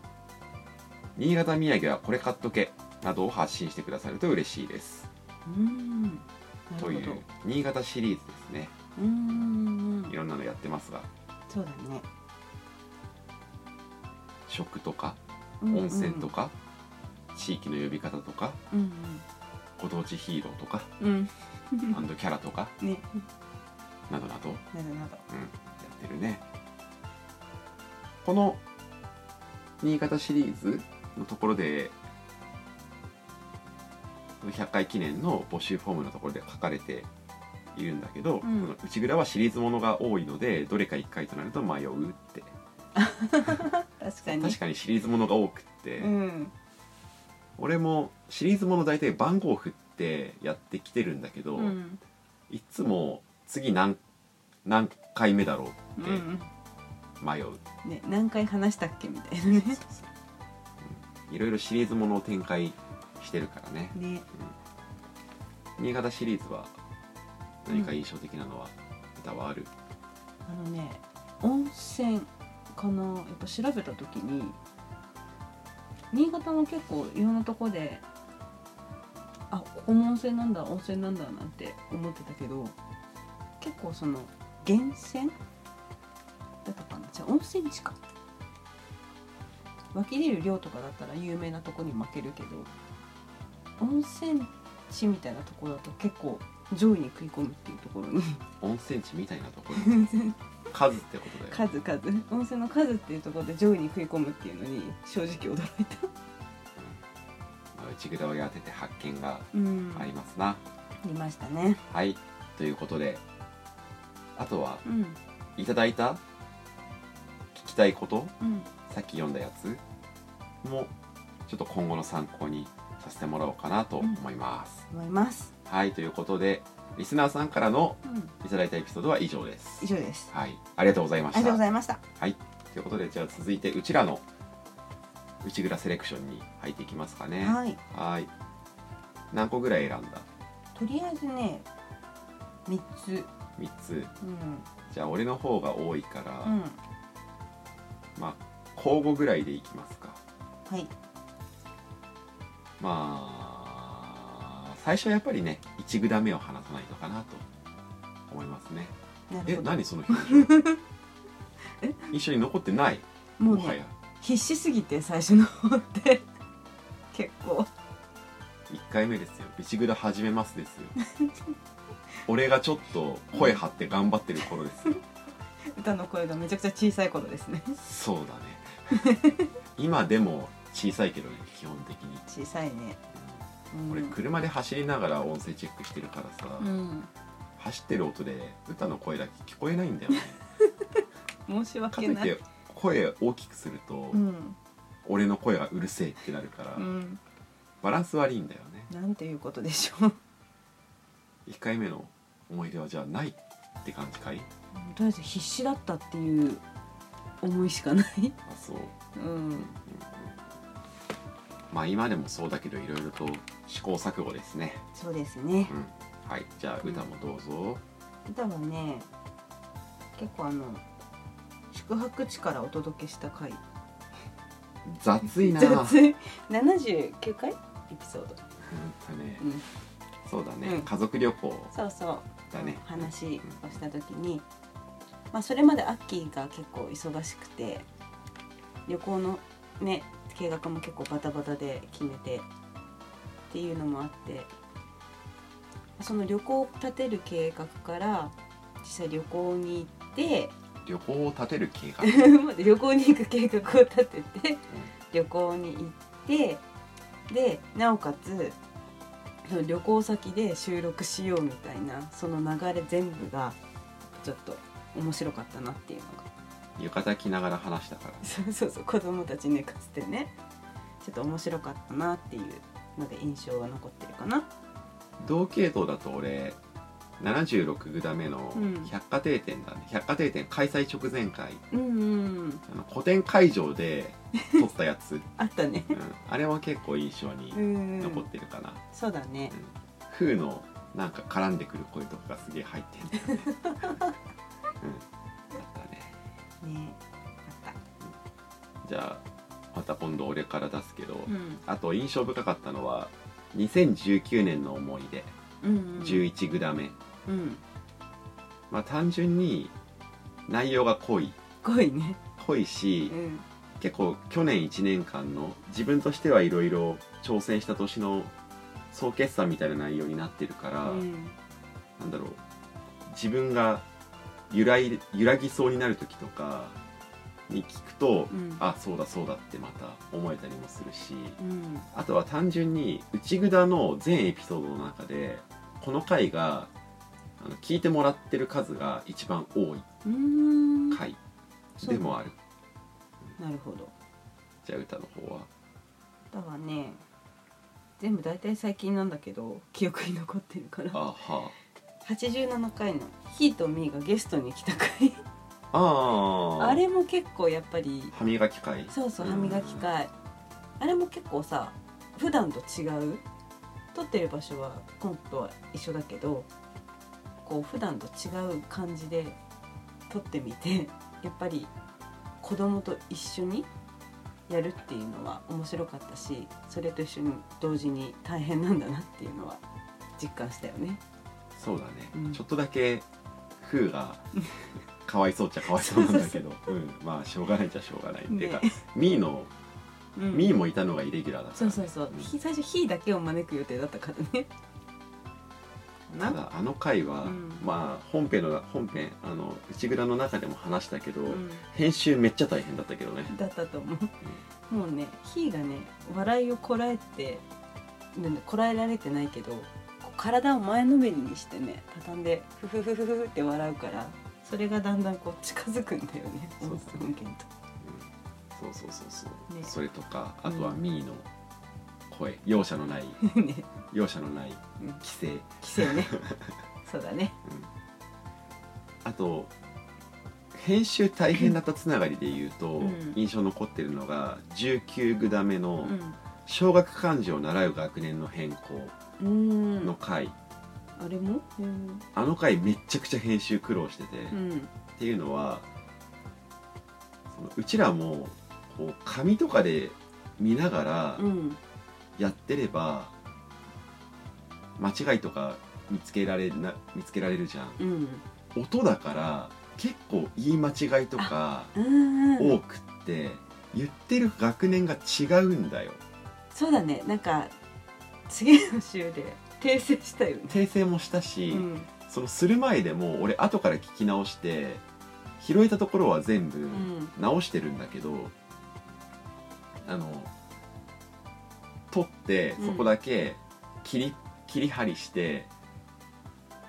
A: 新潟土産はこれ買っとけなどを発信してくださると嬉しいです
B: うんなる
A: と
B: ほ
A: い
B: ど
A: う新潟シリーズですね
B: うんうんうん
A: いろんなのやってますが
B: そうだね
A: 食とか
B: うんうん
A: 温泉とか、地域の呼び方とか
B: うん
A: ご当地ヒーローとか
B: うんうん
A: アンドキャラとか
B: ね
A: などなどや
B: なるなど
A: ってるねこの新潟シリーズのところで100回記念の募集フォームのところで書かれているんだけど、
B: ん
A: この内蔵はシリーズものが多いのでどれか1回となると迷うって
B: 確かに
A: 確かにシリーズものが多くって、
B: うん
A: 俺もシリーズもの大体番号振ってやってきてるんだけど、
B: うん
A: いつも次何何回目だろうっ
B: う
A: て
B: ん
A: 迷う、
B: ね何回話したっけみたいなね
A: いろいろシリーズものを展開してるからね
B: ね
A: 新潟シリーズは何か印象的なのは歌はある、
B: あのね温泉かなやっぱ調べた時に新潟も結構いろんなとこであここも温泉なんだ温泉なんだなんて思ってたけど結構その源泉だったかなじゃあ温泉地か湧き出る量とかだったら有名なとこに負けるけど温泉地みたいなところだと結構上位に食い込むっていうところに
A: 温泉地みたいなと [LAUGHS] ころ数ってことだよ
B: 数数温泉の数っていうところで上位に食い込むっていうのに正直驚いた、
A: まあ内蔵をやってて発見が
B: うん
A: ありますな、
B: りましたね
A: はいということであとは
B: うん
A: いただいた聞きたいこと
B: うん
A: さっき読んだやつもちょっと今後の参考にさせてもらおうかなと思います、
B: 思います、
A: はいということでリスナーさんからの
B: うん、
A: いただいたエピソードは以上です
B: 以上です
A: はいありがとうございま
B: あ
A: した
B: りがとうございました
A: はいということでじゃあ続いてうちらの内蔵セレクションに入っていきますかね
B: はい
A: はい何個ぐらい選んだ
B: とりあえずね三つ
A: 3つ
B: うん
A: じゃあ俺の方が多いから、
B: うん
A: まあ交互ぐらいでいきますか
B: はい
A: まあ最初はやっぱりね1グダ目を話さないのかなと思いますね
B: なる
A: え
B: ほど
A: 何その
B: [LAUGHS]
A: 表情
B: え
A: 一緒に残ってない
B: もう
A: もはや
B: ね必死すぎて最初の方って [LAUGHS] 結構
A: 1回目ですよ「ビチグダ始めます」ですよ俺がちょっと声張って頑張ってる頃ですよ
B: 歌の声がめちゃくちゃ小さい頃ですね
A: そうだね今でも小さいけど基本的に、
B: 小さいねうん
A: 俺車で走りながら音声チェックしてるからさ、
B: うん
A: 走ってる音で歌の声だけ聞こえないんだよ
B: [LAUGHS]
A: ね
B: 申し
A: か
B: 訳
A: といっ
B: ない
A: て声を大きくすると、
B: うん
A: 俺の声がうるせえってなるから、
B: うん
A: バランス悪いんだよね
B: なんていうことでしょう。
A: 1回目の思い出はじゃあないって感じかい
B: とりあえず必死だったっていう思いしかない。
A: あそう
B: うん。
A: まあ今でもそうだけどいろいろと試行錯誤ですね
B: そうですね。
A: うんはいじゃあ歌もどうぞ、
B: 歌はね、結構あの宿泊地からお届けした回。
A: 雑いなうん
B: 雑 [LAUGHS] 七十九回エピソード。
A: とね
B: うん。
A: そうだね、
B: うん
A: 家族旅行
B: そうそう。
A: だね
B: 話をした時に、まあそれまでアッキーが結構忙しくて、旅行のね計画も結構バタバタで決めてっていうのもあってその旅行を立てる計画から実際旅行に行って
A: 旅行を立てる計画
B: [LAUGHS] まず旅行に行く計画を立てて旅行に行ってでなおかつその旅行先で収録しようみたいなその流れ全部がちょっと面白かったなっていうのが [LAUGHS]
A: 浴衣着ながら話したから
B: そうそうそう子供たち寝かせてねちょっと面白かったなっていうので印象は残ってるかな
A: 同系統だと俺76グダ目の
B: うん
A: 百貨店店だね、百貨店店開催直前回
B: うんうん
A: あの個展会場で撮った
B: [LAUGHS]
A: やつ、
B: あったね
A: うんあれも結構印象に
B: うん
A: 残ってるかな、
B: そうだね
A: 風のなんか絡んでくる声とかがすげえ入ってるんだよね、うん、あったね
B: ねあっ
A: じゃあまた今度俺から出すけど、
B: たうん
A: あと印象深かったのは2019年の思い出
B: うん
A: 11グダ目、
B: うん
A: まあ単純に内容が濃い
B: 濃いね
A: 濃いし、
B: うん
A: 結構去年1年間の自分としてはいろいろ挑戦した年の総決算みたいな内容になってるから、
B: うん
A: なんだろう自分が揺らい揺らぎそうになる時とかに聞くと、
B: うん
A: あそうだそうだってまた思えたりもするし
B: うん
A: あとは単純に内札の全エピソードの中でこの回があの聞いてもらってる数が一番多い
B: うん
A: 回でもある。
B: なるほど
A: じゃあ歌の方は
B: だわね全部大体最近なんだけど記憶に残ってるから
A: あーは
B: 87回の「ヒーとミー」がゲストに来た回
A: ああー
B: あれも結構やっぱり
A: 歯磨き会
B: そうそう
A: うん
B: 歯磨き会あれも結構さ普段と違う撮ってる場所はコントは一緒だけどこう普段と違う感じで撮ってみてやっぱり子供と一緒にやるっていうのは面白かったしそれと一緒に同時に大変なんだなっていうのは実感したよね。
A: そうだね、
B: うん
A: ちょっとだけ風 [LAUGHS] がかわいそうっちゃかわいそうなんだけどうん、まあしょうがないっちゃしょうがない、っていうか
B: ね
A: ミーの、
B: うん
A: ミーもいたのがイレギュラーだった、
B: そうそうそう、ひ最初「ひ」だけを招く予定だったからね。
A: ただあの回は、
B: うん
A: まあ本編の本編あの内蔵の中でも話したけど、
B: うん
A: 編集めっちゃ大変だったけどね
B: だったと思うもうねひーがね笑いをこらえてなんだこらえられてないけどこう体を前のめりにしてね畳んでフフフフフフって笑うからそれがだんだんこう近づくんだよね
A: そう
B: 音声音源と
A: そうそうそうそう、
B: ね
A: それとかあと
B: う
A: は
B: ん
A: ミーの声、容赦の [LAUGHS] ない
B: ね
A: 容赦のない
B: うん
A: 規制
B: 規制 [LAUGHS] ねそうだね
A: あと編集大変だったつながりで言うと、
B: うん
A: 印象残ってるのが19グダメ
B: う
A: の
B: ん
A: 「小学漢字を習う学年の変更
B: う」ー
A: の
B: ん
A: 回、
B: あれもうん
A: あの回めっちゃくちゃ編集苦労してて、
B: う
A: っ
B: ん
A: ていうのはそのうちらもこう紙とかで見ながら
B: うん
A: やってれば間違いとか見つけられな見つけられるじゃん。
B: うん
A: 音だから結構言い間違いとか
B: うん
A: 多くって言ってる学年が違うんだよ
B: そうだねなんか次の週で訂正したよね
A: 訂正もしたし、
B: うん
A: そのする前でも俺後から聞き直して拾えたところは全部
B: うん
A: 直してるんだけど、あの取って
B: うん
A: そこだけ切り,、切り張りして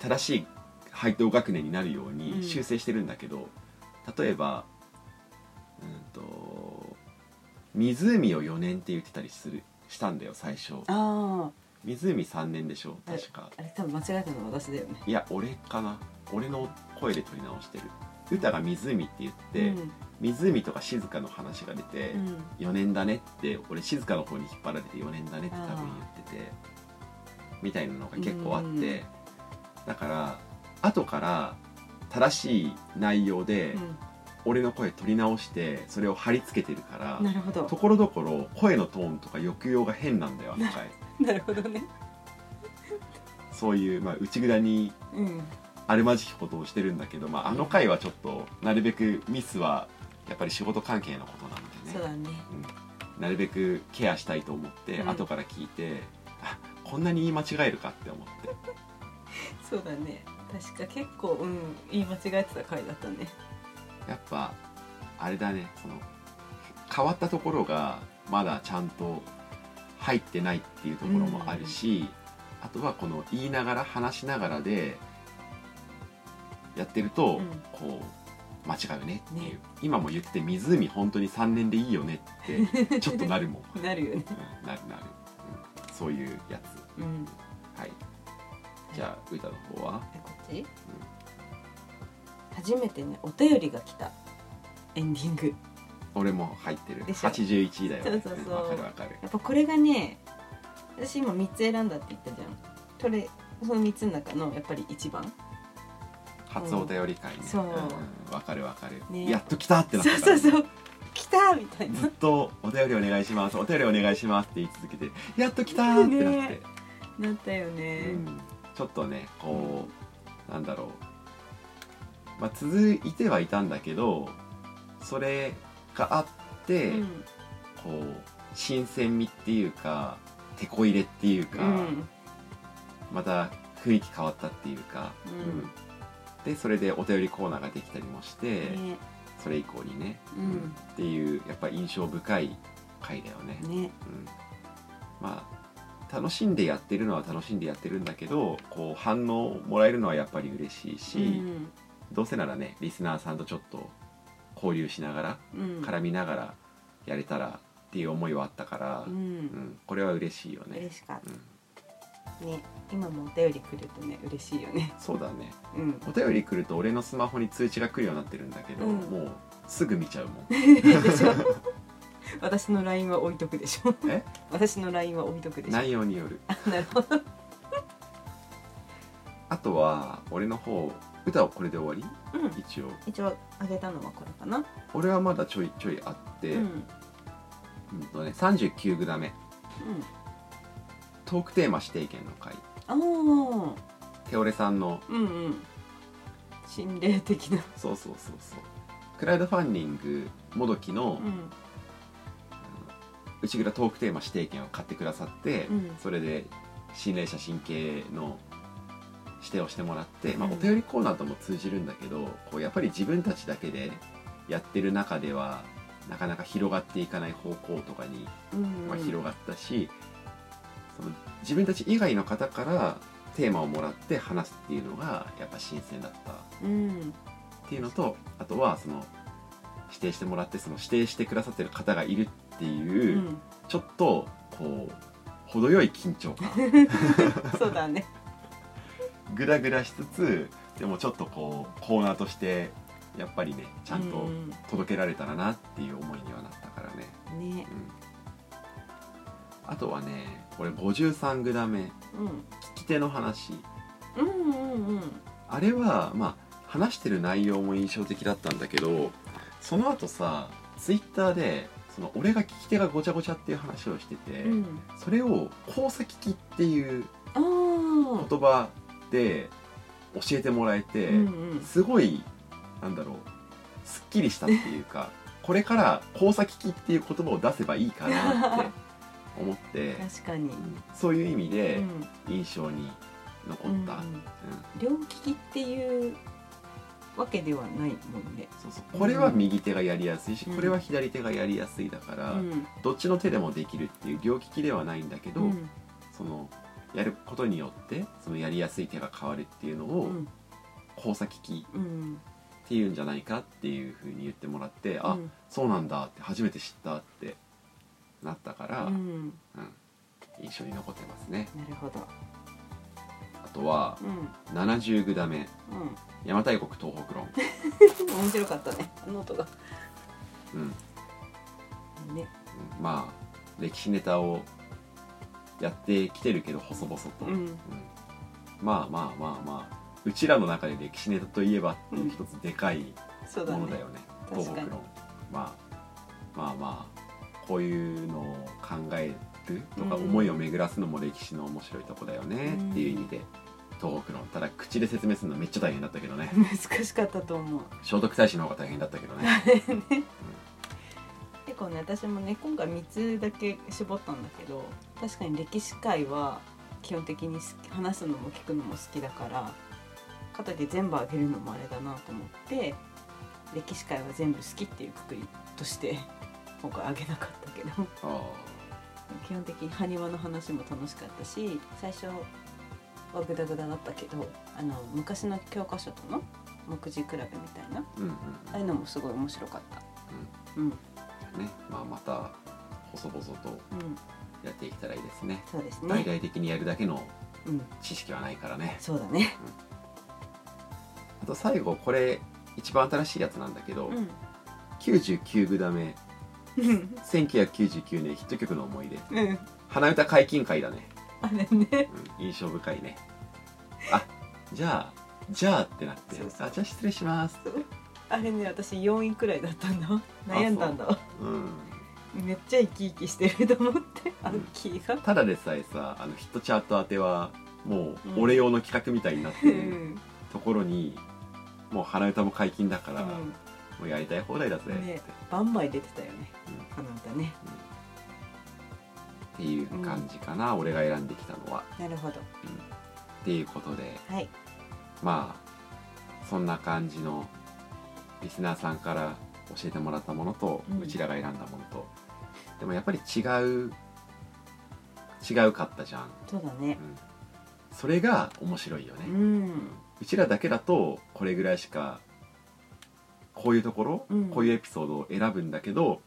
A: 正しい配当学年になるよう
B: うん
A: に修正してるんだけど、例えば、うん、と湖を4年って言ってたりするしたんだよ最初
B: ああ
A: 湖3年でしょ確か。
B: あれ多分間違えたの私だよね。
A: いや俺かな俺の声で撮り直してる歌が湖って言って、
B: うん
A: 湖とか静かの話が出て、
B: うん
A: 4年だねって俺静かの方に引っ張られて4年だねって多分言っててみたいなのが結構あって、
B: うん
A: だから後から正しい内容で俺の声取り直してそれを貼り付けてるから、
B: うんなるほど
A: ところどころ声のトーンとか抑揚が変なんだよあの回
B: [LAUGHS] なるほどね。
A: そういう、まあ、内蔵に
B: うん
A: あるまじきことをしてるんだけど、まあ、あの回はちょっとなるべくミスはやっぱり仕事関係のことなんで
B: そう
A: ね
B: だね。
A: なるべくケアしたいと思って、
B: うん
A: 後から聞いてあこんなに言い間違えるかって思って
B: そうだね。確か結構うん言い間違えてた回だったね。
A: やっぱあれだねその変わったところがまだちゃんと入ってないっていうところもあるし、あとはこの言いながら話しながらでやってると、
B: うん
A: こう間違うねっていう、
B: ね
A: 今も言って湖本当に3年でいいよねってちょっとなるも
B: [LAUGHS]
A: ん、
B: なるよね。
A: うんなるなる、うんそういうやつ
B: うん。
A: はいじゃあ歌の方は
B: えこっち、初めてねお便りが来たエンディング
A: 俺も入ってる
B: でしょ
A: 81位だよね
B: そうそうそうん
A: わかるわかる
B: やっぱこれがね私今3つ選んだって言ったじゃんこれその3つの中のやっぱり1番
A: 初お便り会ね
B: うんそうん
A: んわかるわかる、
B: ね
A: やっと来たって
B: そう
A: なったから
B: そうそう来たみたい
A: ず
B: な
A: っと「お便りお願いしますお便りお願いします」って言い続けて「やっと来た!」ってなって、
B: ねなったよね
A: うん、ちょっとねこうなんだろう、まあ、続いてはいたんだけどそれがあって、
B: うん
A: こう新鮮味っていうか手こ入れっていうか、
B: うん
A: また雰囲気変わったっていうか、
B: うん
A: でそれでお便りコーナーができたりもして、
B: ね
A: それ以降にね、
B: うん
A: っていうやっぱ印象深い回だよね。
B: ね
A: うんまあ楽しんでやってるのは楽しんでやってるんだけどこう反応もらえるのはやっぱり嬉しいし、
B: うん
A: どうせならねリスナーさんとちょっと交流しながら
B: うん
A: 絡みながらやれたらっていう思いはあったから、
B: う
A: うん
B: ん
A: これは嬉しいよね
B: 嬉。しかっ
A: うん
B: たね今もお便り来るとね嬉しいよね
A: そうだね
B: うん
A: お便り来ると俺のスマホに通知が来るようになってるんだけど、
B: うん
A: もうすぐ見ちゃうもん
B: [LAUGHS] で
A: [LAUGHS]
B: しょ私の LINE は置いとくでしょ
A: え
B: 私の LINE は置いとくでしょ
A: 内容による
B: なるほど
A: [LAUGHS] あとは俺の方歌はこれで終わ
B: うん
A: り一応
B: 一応あげたのはこれかな
A: 俺はまだちょいちょいあって、
B: うん
A: うんとね、39グダメトークテーマ指定権の回
B: うんあ
A: テオレさんの
B: あうんうん心霊的な
A: そうそうそうそうクラウドファンディングもどきの、
B: うん
A: 内蔵トークテーマ指定権を買ってくださって、
B: うん
A: それで心霊写真系の指定をしてもらって、まあ、
B: うん
A: お便りコーナーとも通じるんだけど、こうやっぱり自分たちだけでやってる中ではなかなか広がっていかない方向とかに
B: うん
A: まあ、広がったし、その自分たち以外の方からテーマをもらって話すっていうのがやっぱ新鮮だったっ
B: うん
A: ていうのとあとはその指定してもらってその指定してくださってる方がいるって
B: う
A: いう、
B: ん
A: ちょっとこう程よい緊張感
B: そうだね
A: グラグラしつつでもちょっとこうコーナーとしてやっぱりね [LAUGHS] ちゃん
B: う
A: と
B: ん
A: 届けられたらなっていう思いにはなったからね。
B: ね
A: うんあとはねこれ53グラ目
B: うん
A: 聞き手の話
B: うんうんうん
A: あれはまあ話してる内容も印象的だったんだけどその後さツイッターでその俺が聞き手がごちゃごちゃっていう話をしてて、
B: うん
A: それを「交差聞き」っていう
B: ああ
A: 言葉で教えてもらえて、
B: うんうん
A: すごいなんだろうすっきりしたっていう
B: [LAUGHS]
A: かこれから「交差聞き」っていう言葉を出せばいいかなって思って
B: [LAUGHS] 確かに
A: そういう意味
B: う
A: で
B: ん
A: 印象に残
B: うんう
A: った。
B: ん
A: うん
B: 両利きっていうわけではないもんね
A: そうそうこれは右手がやりやすいし、
B: うん
A: これは左手がやりやすいだから、
B: うん
A: どっちの手でもできるっていう両利きではないんだけど、
B: うん
A: そのやることによってそのやりやすい手が変わるっていうの
B: う
A: を
B: ん
A: 交差利き
B: うん
A: っていうんじゃないかっていうふうに言ってもらって、あ
B: うん
A: そうなんだって初めて知ったってなったから、
B: う
A: うん
B: ん
A: 印象に残ってますね。
B: なるほど
A: あとは
B: うん
A: 70グダメ
B: うん
A: 邪馬台国東
B: [LAUGHS]
A: 北論、
B: 面白かったねノートが
A: うんうん
B: ね
A: まあ歴史ネタをやってきてるけど細々と。
B: うん
A: うんまあまあまあまあうちらの中で歴史ネタといえばっていう一つでかい
B: そうだ
A: ものだ
B: ね
A: よね
B: うん
A: 東北
B: 確か
A: 論まあまあまあこういうのを考えるとか
B: うん
A: 思いを巡らすのも歴史の面白いとこだよねっていう意味で東北論ただ口で説明するのめっちゃ大変だったけ
B: [LAUGHS]
A: どね
B: [LAUGHS] 難しかったと思う
A: 聖徳太子の方が大変だったけどね
B: [LAUGHS] ね結構ね私もね今回3つだけ絞ったんだけど確かに歴史界は基本的に好き話すのも聞くのも好きだからかといって全部あげるのもあれだなと思って歴史界は全部好きっていうくくりとして今回あげなかったけど
A: あ
B: 基本的に埴輪の話も楽しかったし最初はグダグダだったけどあの昔の教科書との目次比べみたいな
A: ーうんうん
B: ああいうのもすごい面白かった。うん、
A: うんねまあまた細々と
B: うん、
A: やっていけたらいいですね
B: そうです
A: 大
B: ね。
A: 々的にやるだけの
B: うん、
A: 知識はないからね
B: そうだね。
A: あと最後これ一番新しいやつなんだけど、
B: うん、
A: 99グダメ1999年ヒット曲の思い出
B: うん、 [LAUGHS]
A: 花歌解禁会だね、
B: あれね。
A: うん、印象深いねあじゃあじゃあってなって
B: そうそう
A: あじゃあ失礼します
B: あれね、私4位くらいだったんだわ。悩んだんだわ。
A: うん
B: めっちゃ生き生きしてると思って、アッキーが。
A: ただでさえさあのヒットチャート当てはも
B: うん
A: う俺用の企画みたいになって
B: う
A: る
B: ん、
A: ところに、もう花歌も解禁だから、も
B: うん、
A: うやりたい放題だぜって,、
B: ねバンバイ出てたよね。
A: う
B: あ
A: ん
B: の歌ね。
A: っていう感じかな、俺が選んできたのは。
B: なるほど。
A: っていうことで
B: はい。
A: まあそんな感じのリスナーさんから教えてもらったものと、
B: う
A: うんちらが選んだものとでもやっぱり違う違うかったじゃん、
B: そうだ
A: う
B: ね。
A: んそれが面白いよね、
B: う。
A: うんちらだけだとこれぐらいしかこういうところ、
B: うん
A: こういうエピソードを選ぶんだけど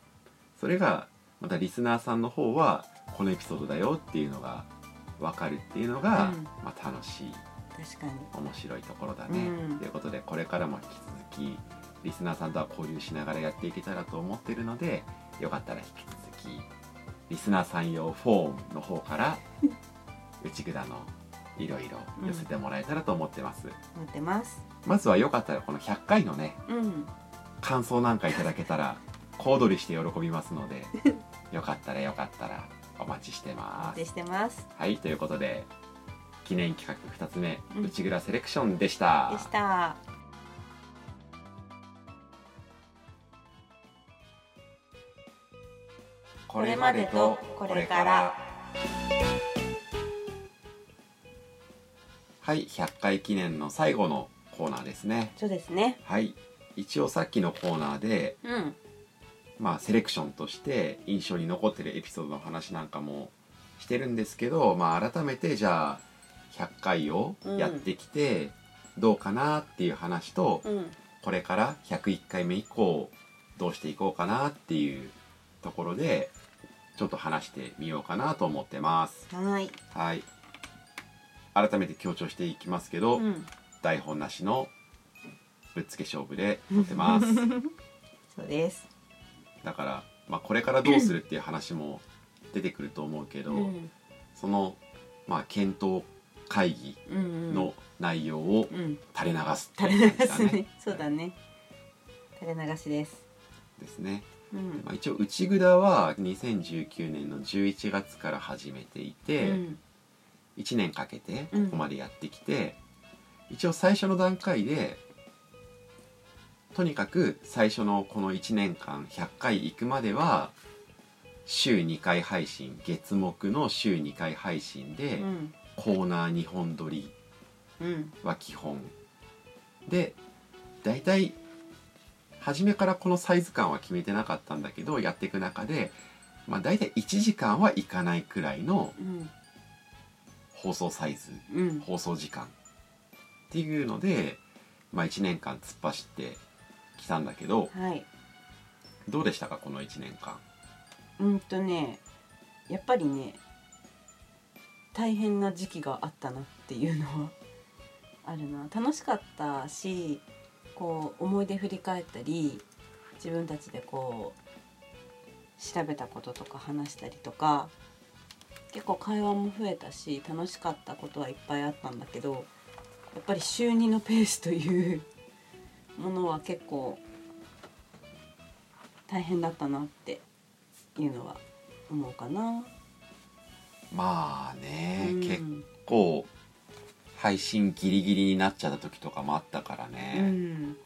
A: それがまたリスナーさんの方はこのエピソードだよっていうのが分かるっていうのが、
B: うん
A: まあ、楽しい
B: 確かに。
A: 面白いところだね、
B: うん
A: ということでこれからも引き続きリスナーさんとは交流しながらやっていけたらと思ってるのでよかったら引き続きリスナーさん用フォームの方
B: [LAUGHS]
A: から内蔵のいろいろ寄せてもらえたらと思ってます、
B: 待ってます。
A: まずはよかったらこの100回のね
B: うん。
A: 感想なんかいただけたら小躍りして喜びます
B: [LAUGHS]
A: のでよかったらよかったらお待ちして
B: お
A: ま
B: 待ち
A: す
B: してます。
A: はいということで記念企画2つ目、
B: うん
A: 内蔵セレクション
B: でした。
A: これまでとこれからはい100回記念の最後のコーナーですね
B: そうですね。
A: はい一応さっきのコーナーで
D: うん
A: まあセレクションとして印象に残ってるエピソードの話なんかもしてるんですけどまあ改めてじゃあ100回をやってきてどうかなっていう話と、
D: うん
A: これから101回目以降どうしていこうかなっていうところでちょっと話してみようかなと思ってます
B: はい。
A: はい改めて強調していきますけど、
B: うん。
A: 台本なしのぶっつけ勝負で撮ってます
B: [LAUGHS] そうです。
A: だから、まあ、これからどうするっていう話も出てくると思うけど、
B: うん。
A: その、まあ、検討会議
B: うん。。
A: の内容を
B: うん。
A: 垂れ流すって
B: 垂
A: い
B: れ
A: う
B: 流
A: 感じ
B: す
A: だ
B: ね。 [LAUGHS] そうだね。垂れ流しです。
A: ですね
B: うん
A: ま。あ、一応内蔵は2019年の11月から始めていて、
B: うん。
A: 1年かけて
B: うん
A: ここまでやってきて、一応最初の段階でとにかく最初のこの1年間100回行くまでは週2回配信月目の週2回配信で、
B: うん。
A: コーナー2本撮り
B: うん。
A: は基本で大体初めからこのサイズ感は決めてなかったんだけどやっていく中で、まあ、大体1時間はいかないくらいの
B: うん。
A: 放送サイズ
B: うん。
A: 放送時間っていうので、まあ、1年間突っ走ってきたんだけど
B: はい。
A: どうでしたかこの1年間
B: うんとね。やっぱりね。大変な時期があったなっていうのは。あるな。楽しかったし。こう思い出振り返ったり。自分たちでこう。調べたこととか話したりとか。結構会話も増えたし楽しかったことはいっぱいあったんだけどやっぱり週2のペースというものは結構大変だったなっていうのは思うかな。
A: まあね、
B: うん
A: 結構配信ギリギリになっちゃった時とかもあったからね。
B: うん、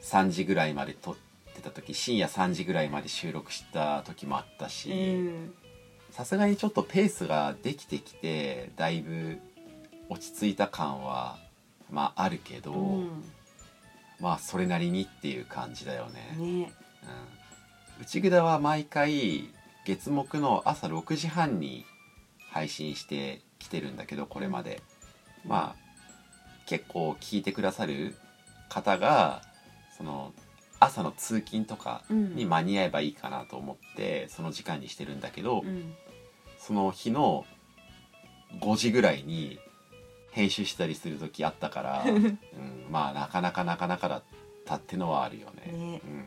A: 3時ぐらいまで撮ってた時深夜3時ぐらいまで収録した時もあった
B: う
A: し
B: ん、
A: さすがにちょっとペースができてきてだいぶ落ち着いた感はまああるけど、
B: うん、
A: まあそれなりにっていう感じだよね、
E: ね
A: うん、内札は毎回月木の朝6時半に配信してきてるんだけどこれまでまあ結構聞いてくださる方がその朝の通勤とか
D: うん
A: に間に合えばいいかなと思ってその時間にしてるんだけど、
D: うん
A: その日の5時ぐらいに編集したりする時あった
D: [LAUGHS]
A: から、うん、まあなかなかなかなかだったってのはあるよね。
B: ね
A: うん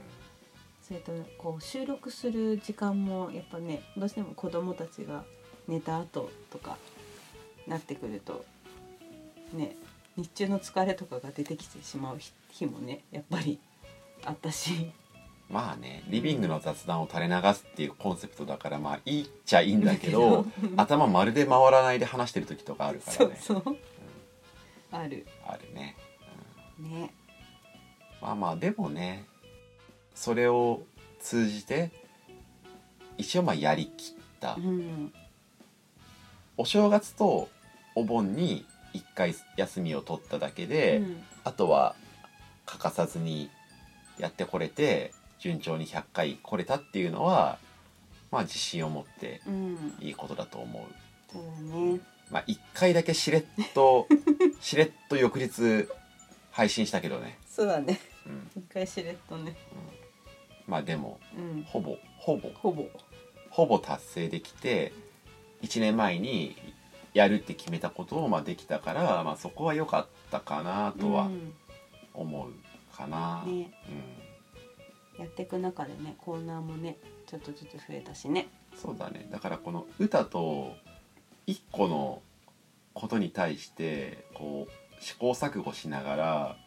B: それとねこう収録する時間もやっぱねどうしても子供たちが寝た後とかなってくるとね日中の疲れとかが出てきてしまう日日もねやっぱりあったし
A: まあねリビングの雑談を垂れ流すっていうコンセプトだからまあいいっちゃいいんだけど [LAUGHS] 頭まるで回らないで話してる時とかあるか
B: そ
A: ら
B: う
A: ね
B: そうある
A: あるね
B: ね
A: まあまあでもねそれを通じて一応まあやりきった
B: うん
A: お正月とお盆に1回休みを取っただけで、あとは欠かさずにやってこれて順調に100回来れたっていうのはまあ自信を持って
B: うん
A: いいことだと思う。
B: そうだね
A: まあ、1回だけしれっとしれっと翌日配信したけどね、
B: そうだね
A: うん、
B: 一回しれっとね
A: まあでも
B: うん
A: ほぼほぼ
B: ほぼ
A: ほぼ達成できて1年前にやるって決めたことをまあできたから、まあ、そこは良かったかなとは思うかな、
B: うんね
A: う
B: やっていく中でねコーナーもねちょっとずつ増えたしね
A: ん、そうだねだからこの歌と1個のことに対してこう試行錯誤しながら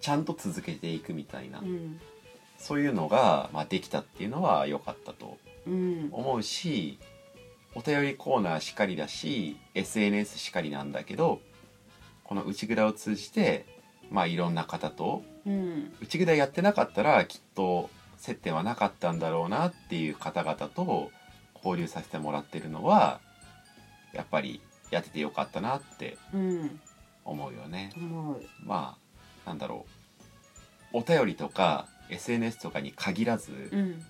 A: ちゃんと続けていくみたいな、
B: うん
A: そういうのが、まあ、できたっていうのは良かったと
B: うん
A: 思うしお便りコーナーしかりだし SNS しかりなんだけどこの内蔵を通じて、まあ、いろんな方と
B: うん
A: 内蔵やってなかったらきっと接点はなかったんだろうなっていう方々と交流させてもらってるのはやっぱりやっててよかったなって
B: うん
A: 思うよね。
B: 思う
A: まあなんだろうお便りとか SNS とかに限らず、
B: うん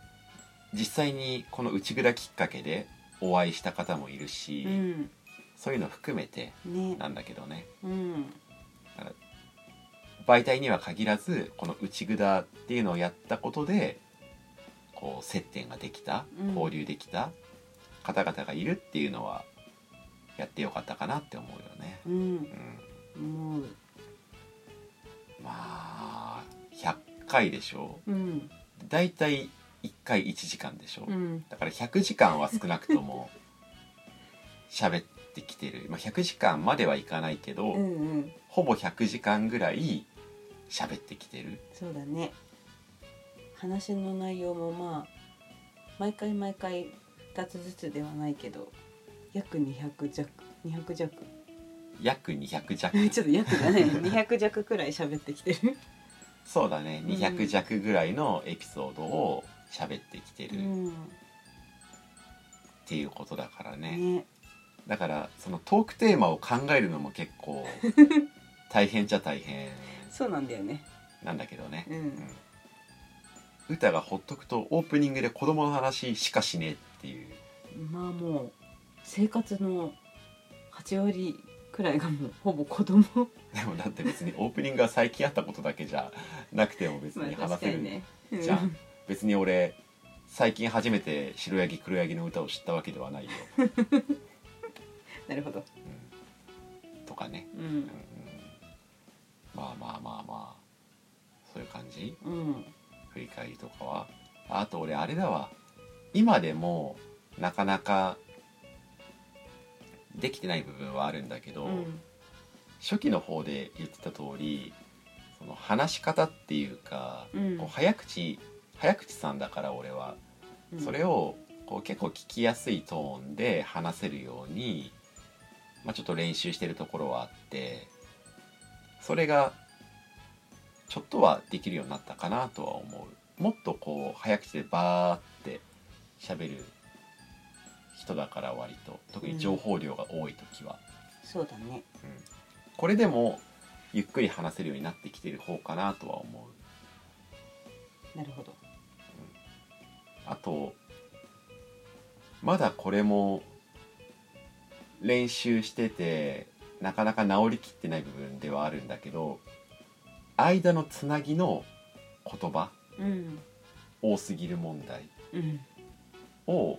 A: 実際にこの内蔵きっかけでお会いした方もいるし、
B: うん
A: そういうの含めて
B: ね
A: なんだけどね
B: うん
A: 媒体には限らずこの内蔵っていうのをやったことでこう接点ができた
B: うん
A: 交流できた方々がいるっていうのはやってよかったかなって思うよね。
B: うん
A: うん、
B: 思う
A: まあ100回でしょ
B: うん
A: だいたい1回1時間でしょ、
B: うん
A: だから100時間は少なくとも喋ってきてる、まあ、100時間まではいかないけど、
B: うんうん
A: ほぼ100時間ぐらい喋ってきてる
B: そうだね話の内容もまあ毎回毎回2つずつではないけど約200弱200弱 [LAUGHS]
A: 約200弱
B: ちょっと約だね200弱くらい喋ってきてる
A: そうだね
B: うん
A: 200弱ぐらいのエピソードを喋ってきて
B: う
A: るっ
B: ん
A: ていうことだからね、
B: ね
A: だからそのトークテーマを考えるのも結
B: [LAUGHS]
A: 構大変じゃ大変
B: そうなんだよね
A: なんだけどね
B: う、ん
A: うん、歌がほっとくとオープニングで子供の話しかしねえっていう
B: まあもう生活の8割くらいがもうほぼ子供
A: [LAUGHS] でもだって別にオープニングは最近あったことだけじゃなくても別に話せる、
B: うん
A: じゃん別に俺最近初めて白ヤギ黒ヤギの歌を知ったわけではな
B: [LAUGHS]
A: いよ、
B: なるほど
A: うんとかね、
B: う
A: うん
B: ん
A: うんまあまあまあまあそういう感じ
B: うん
A: 振り返りとかはああと俺あれだわ今でもなかなかできてない部分はあるんだけど、
B: うん
A: 初期の方で言ってた通りその話し方っていうか、
B: うん
A: こう早口早口さんだから俺は、
B: うん
A: それをこう結構聞きやすいトーンで話せるように、まあ、ちょっと練習してるところはあってそれがちょっとはできるようになったかなとは思うもっとこう早口でバーって喋る人だから割と特に情報量が多い時は、
B: そうだね
A: これでもゆっくり話せるようになってきてる方かなとは思う
B: なるほど
A: あとまだこれも練習しててなかなか治りきってない部分ではあるんだけど間のつなぎの言葉
B: うん
A: 多すぎる問題
B: うん
A: を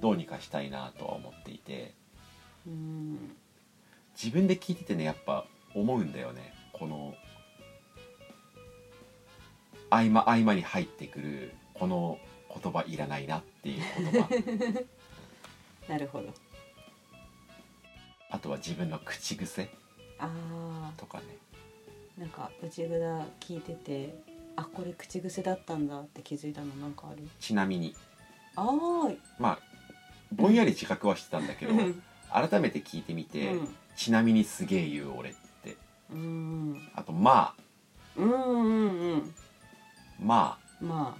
A: どうにかしたいなとは思っていて
B: うん
A: 自分で聞いててねやっぱ思うんだよねこの合間合間に入ってくるこの言葉いらないなっていう言葉
B: なるほど
A: あとは自分の口癖
B: あ
A: とかね
B: ーなんか内札聞いててあこれ口癖だったんだって気づいたのなんかある
A: ちなみに
B: あー
A: まあぼんやり自覚はしてたんだけど
B: うん
A: 改めて聞いてみて、
B: うん
A: ちなみにすげえ言う俺って
B: うん
A: あとまあ
B: うんうんうん
A: ま
B: [LAUGHS] ま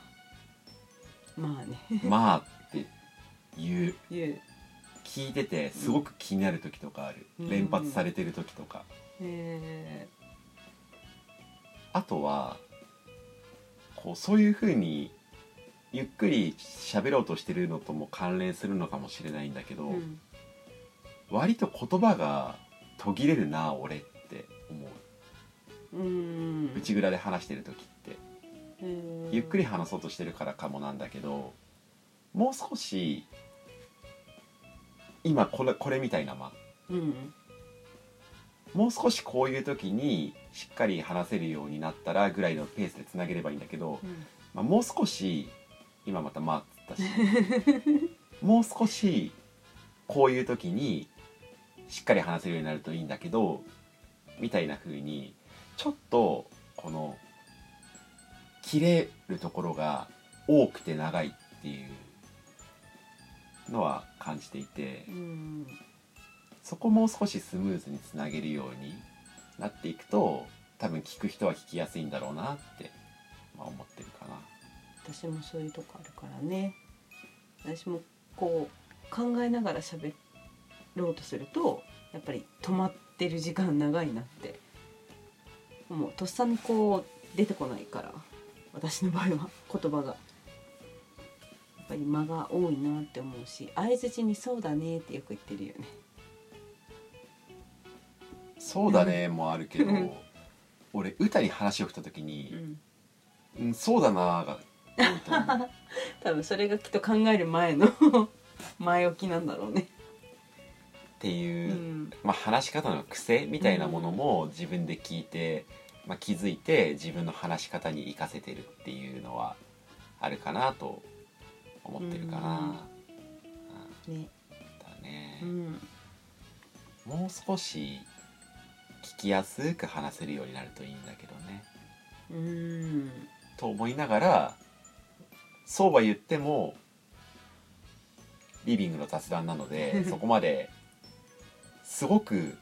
B: あまあね [LAUGHS]
A: あまあって言う
B: 言う
A: 聞いててすごく気になる時とかある、
B: うん
A: 連発されてる時とか
B: え
A: あとはこうそういうふうにゆっくり喋ろうとしてるのとも関連するのかもしれないんだけど、
B: ーうん
A: 割と言葉が途切れるな俺って思う
B: うん
A: 内蔵で話してる時って
B: うん
A: ゆっくり話そうとしてるからかもなんだけどもう少し今これこれみたいな間
B: うん
A: もう少しこういう時にしっかり話せるようになったらぐらいのペースでつなげればいいんだけど、
B: うん
A: まあ、もう少し今また「まあ」っつったしもう少しこういう時にしっかり話せるようになるといいんだけどみたいな風にちょっとこの切れるところが多くて長いっていうのは感じていて
B: うん
A: そこもう少しスムーズにつなげるようになっていくと多分聞く人は聞きやすいんだろうなって、まあ、思ってるかな。
B: 私もそういうとこあるからね私もこう考えながら喋ろうとするとやっぱり止まってる時間長いなってもうとっさにこう出てこないから私の場合は言葉がやっぱり間が多いなって思うし相づちに「そうだね」ってよく言ってるよね
A: そうだねもあるけど
B: うん
A: 俺歌に話を振った時に
B: ん
A: 「うんそうだな」が多いと思う
B: 多分それがきっと考える前の [LAUGHS] 前置きなんだろうね
A: っていうう、
B: ん
A: まあ、話し方の癖みたいなものも自分で聞いて、まあ、気づいて自分の話し方に生かせてるっていうのはあるかなと思ってるかな。
B: ね
A: だね
B: う、ん
A: もう少し聞きやすく話せるようになるといいんだけどね。
B: うん
A: と思いながらそうは言ってもリビングの雑談なのでそこまですごく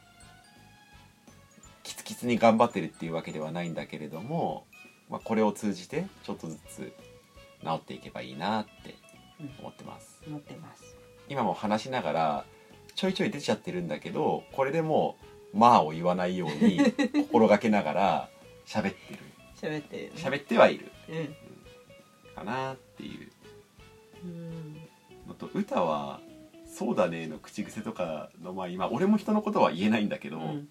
A: キツキツに頑張ってるっていうわけではないんだけれども、まあ、これを通じてちょっとずつ治っていけばいいなって思ってます。
B: 思ってます
A: 今も話しながらちょいちょい出ちゃってるんだけどこれでも「まあ」を言わないように心がけながら喋ってる
B: 喋ってるよね
A: 喋ってはいる。
B: うん
A: かなっていう
B: うん
A: のと歌は「そうだね」の口癖とかのまあ今俺も人のことは言えないんだけど、
B: うん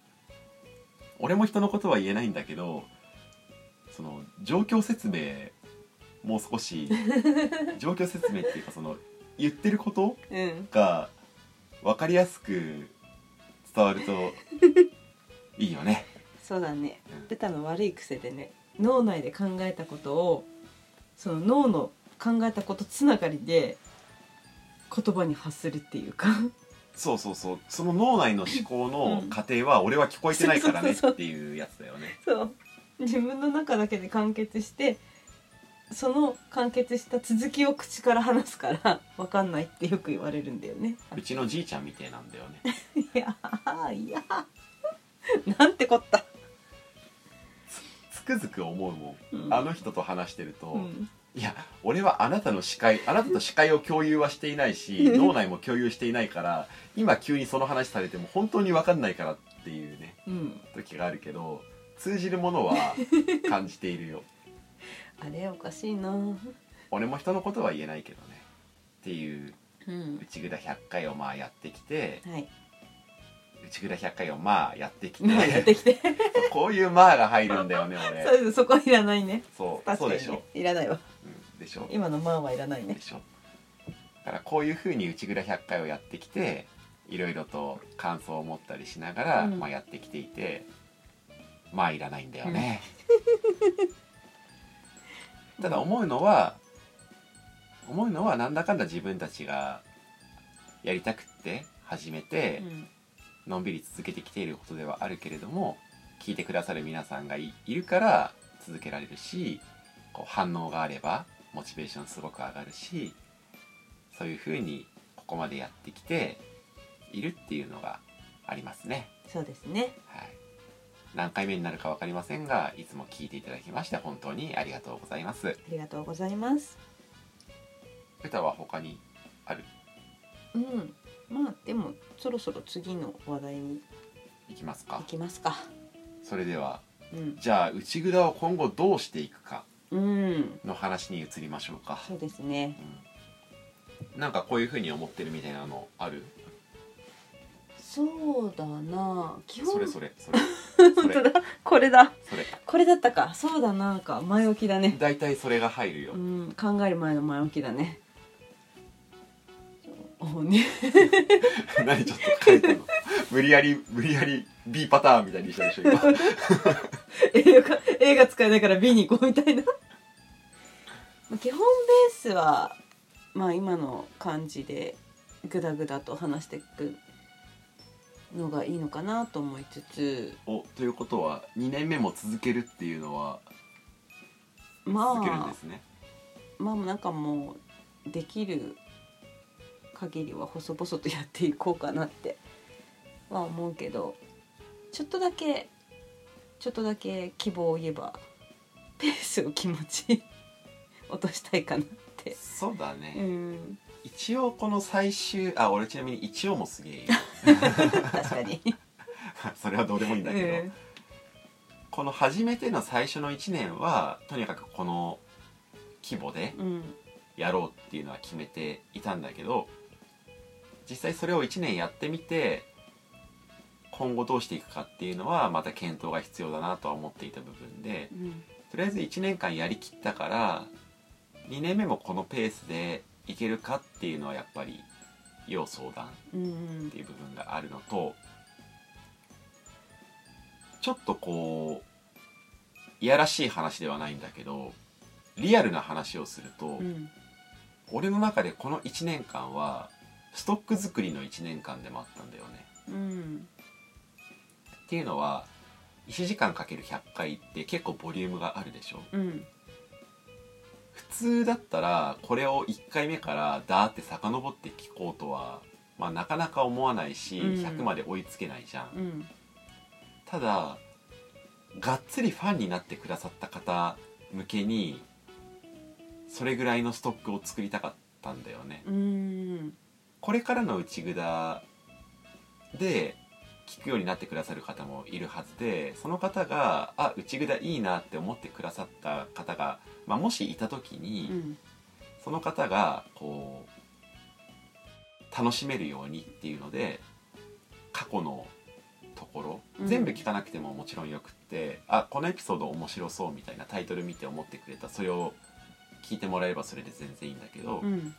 A: 俺も人のことは言えないんだけどその状況説明もう少 [LAUGHS] し状況説明っていうかその言ってること
B: うん
A: が分かりやすく伝わる [LAUGHS] といいよね。
B: そうだね
A: うん
B: 歌の悪い癖でね脳内で考えたことをその脳の考えたことつながりで言葉に発するっていうか
A: そうそうそうその脳内の思考の過程は俺は聞こえてないからねっていうやつだよね。
B: そう自分の中だけで完結してその完結した続きを口から話すから分かんないってよく言われるんだよね
A: うちのじいちゃんみてえなんだよね。
B: いやーいやーなんてこった、
A: つくづく思うも
B: うん
A: んあの人と話してると、
B: うん
A: いや俺はあなたの視界あなたと視界を共有はしていないし
B: [LAUGHS]
A: 脳内も共有していないから今急にその話されても本当に分かんないからっていうね
B: うん
A: 時があるけど通じるものは感じている
B: [LAUGHS]
A: よ
B: あれおかしいな
A: 俺も人のことは言えないけどねっていう
B: うん
A: 内蔵100回をまあやってきて
B: はい
A: 内蔵100回をまあやってきて
B: まあやって
A: [LAUGHS]
B: きて
A: こういう「まあ」が入るんだよね俺
B: [LAUGHS] そうそこはいらないね
A: そう
B: 確
A: そ
B: か
A: う
B: に
A: で
B: ね
A: しょ、
B: いらないわ
A: うん、でしょ
B: 今のまあはいらないね
A: でしょだからこういうふうに内蔵100回をやってきていろいろと感想を持ったりしながら、
B: うん
A: まあ、やってきていてまあいらないんだよ
B: [LAUGHS]
A: ね、ただ思うのは思うのはなんだかんだ自分たちがやりたくって始めて
B: うん
A: のんびり続けてきていることではあるけれども聞いてくださる皆さんがいいるから続けられるしこう反応があればモチベーションすごく上がるしそういうふうにここまでやってきているっていうのがありますね。
B: そうですね
A: はい、何回目になるか分かりませんがいつも聞いていただきまして本当にありがとうございます。
B: ありがとうございます
A: 歌は他にある
B: うんまあでもそろそろ次の話題に
A: いきます
B: 行
A: か
B: きますか
A: それでは
B: うん
A: じゃあ内蔵を今後どうしていくか
B: うん
A: の話に移りましょうか。
B: そうですね
A: うんなんかこういうふうに思ってるみたいなのある
B: そうだな基本
A: それそれそれそ
B: 本当
A: れ
B: だこれだ
A: それ
B: これだったかそうだなんか前置きだね
A: 大体それが入るよ、 [LAUGHS]
B: うん考える前の前置きだねおね
A: 何ちょっと書いたの無理やり無理やり B パターンみたいにしたでしょ今
B: [LAUGHS] 映画映画使えないから B に行こうみたいなまあ基本ベースはまあ今の感じでグダグダと話していくのがいいのかなと思いつつ
A: おということは2年目も続けるっていうのは続けるん
B: ま
A: ですね、
B: あまあなんかもうできる限りは細々とやっていこうかなって [LAUGHS] は思うけどちょっとだけちょっとだけ希望を言えばペースを気持ち [LAUGHS] 落としたいかなって
A: そうだ
B: う
A: ね、
B: ん
A: 一応この最終あ俺ちなみに一応もすげえよ [LAUGHS]
B: 確かに
A: それはどうでもいいんだけど、
B: うん
A: この初めての最初の1年はとにかくこの規模で
B: うん
A: やろうっていうのは決めていたんだけど実際それを1年やってみて今後どうしていくかっていうのはまた検討が必要だなとは思っていた部分で
B: うん
A: とりあえず1年間やりきったから2年目もこのペースでいけるかっていうのはやっぱり要相談
B: う
A: っ
B: ん
A: ていう部分があるのとちょっとこういやらしい話ではないんだけどリアルな話をすると、
B: うん
A: 俺の中でこの1年間はストック作りの1年間でもあったんだよね。
B: うん
A: っていうのは1時間かける100回って結構ボリュームがあるでしょ
B: うん
A: 普通だったらこれを1回目からダーって遡って聞こうとは、まあ、なかなか思わないし
B: うん
A: 100まで追いつけないじゃん。
B: うん
A: ただがっつりファンになってくださった方向けにそれぐらいのストックを作りたかったんだよね。
B: うん
A: これからの内札で聞くようになってくださる方もいるはずでその方があ内札いいなって思ってくださった方が、まあ、もしいた時に、
B: うん
A: その方がこう楽しめるようにっていうので過去のところ
B: うん
A: 全部聞かなくてももちろんよくって、あこのエピソード面白そうみたいなタイトル見て思ってくれたそれを聞いてもらえればそれで全然いいんだけど。
B: うん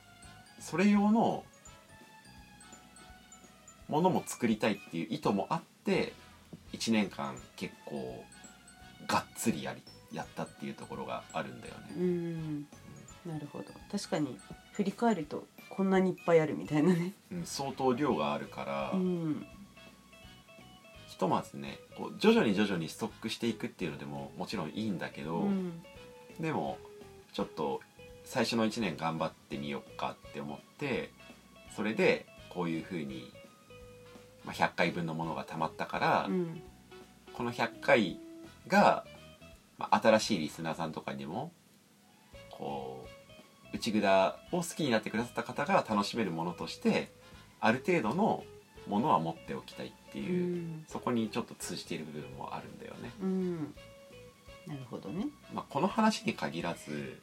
A: それ用のものも作りたいっていう意図もあって1年間結構がっつりやりやったっていうところがあるんだよ
B: う
A: ね。
B: んなるほど確かに振り返るとこんなにいっぱいあるみたいなね
A: うん、相当量があるから、
B: うん
A: ひとまずねこう徐々に徐々にストックしていくっていうのでももちろんいいんだけ
B: う
A: ど、
B: ん
A: でもちょっと最初の1年頑張ってみようかって思ってそれでこういうふうに、まあ、100回分のものがたまったから、
B: うん
A: この100回が、まあ新しいリスナーさんとかにもこう内札を好きになってくださった方が楽しめるものとしてある程度のものは持っておきたいって
B: う
A: いう、
B: ん
A: そこにちょっと通じている部分もあるんだよね。
B: うんなるほどね
A: まあ、この話に限らず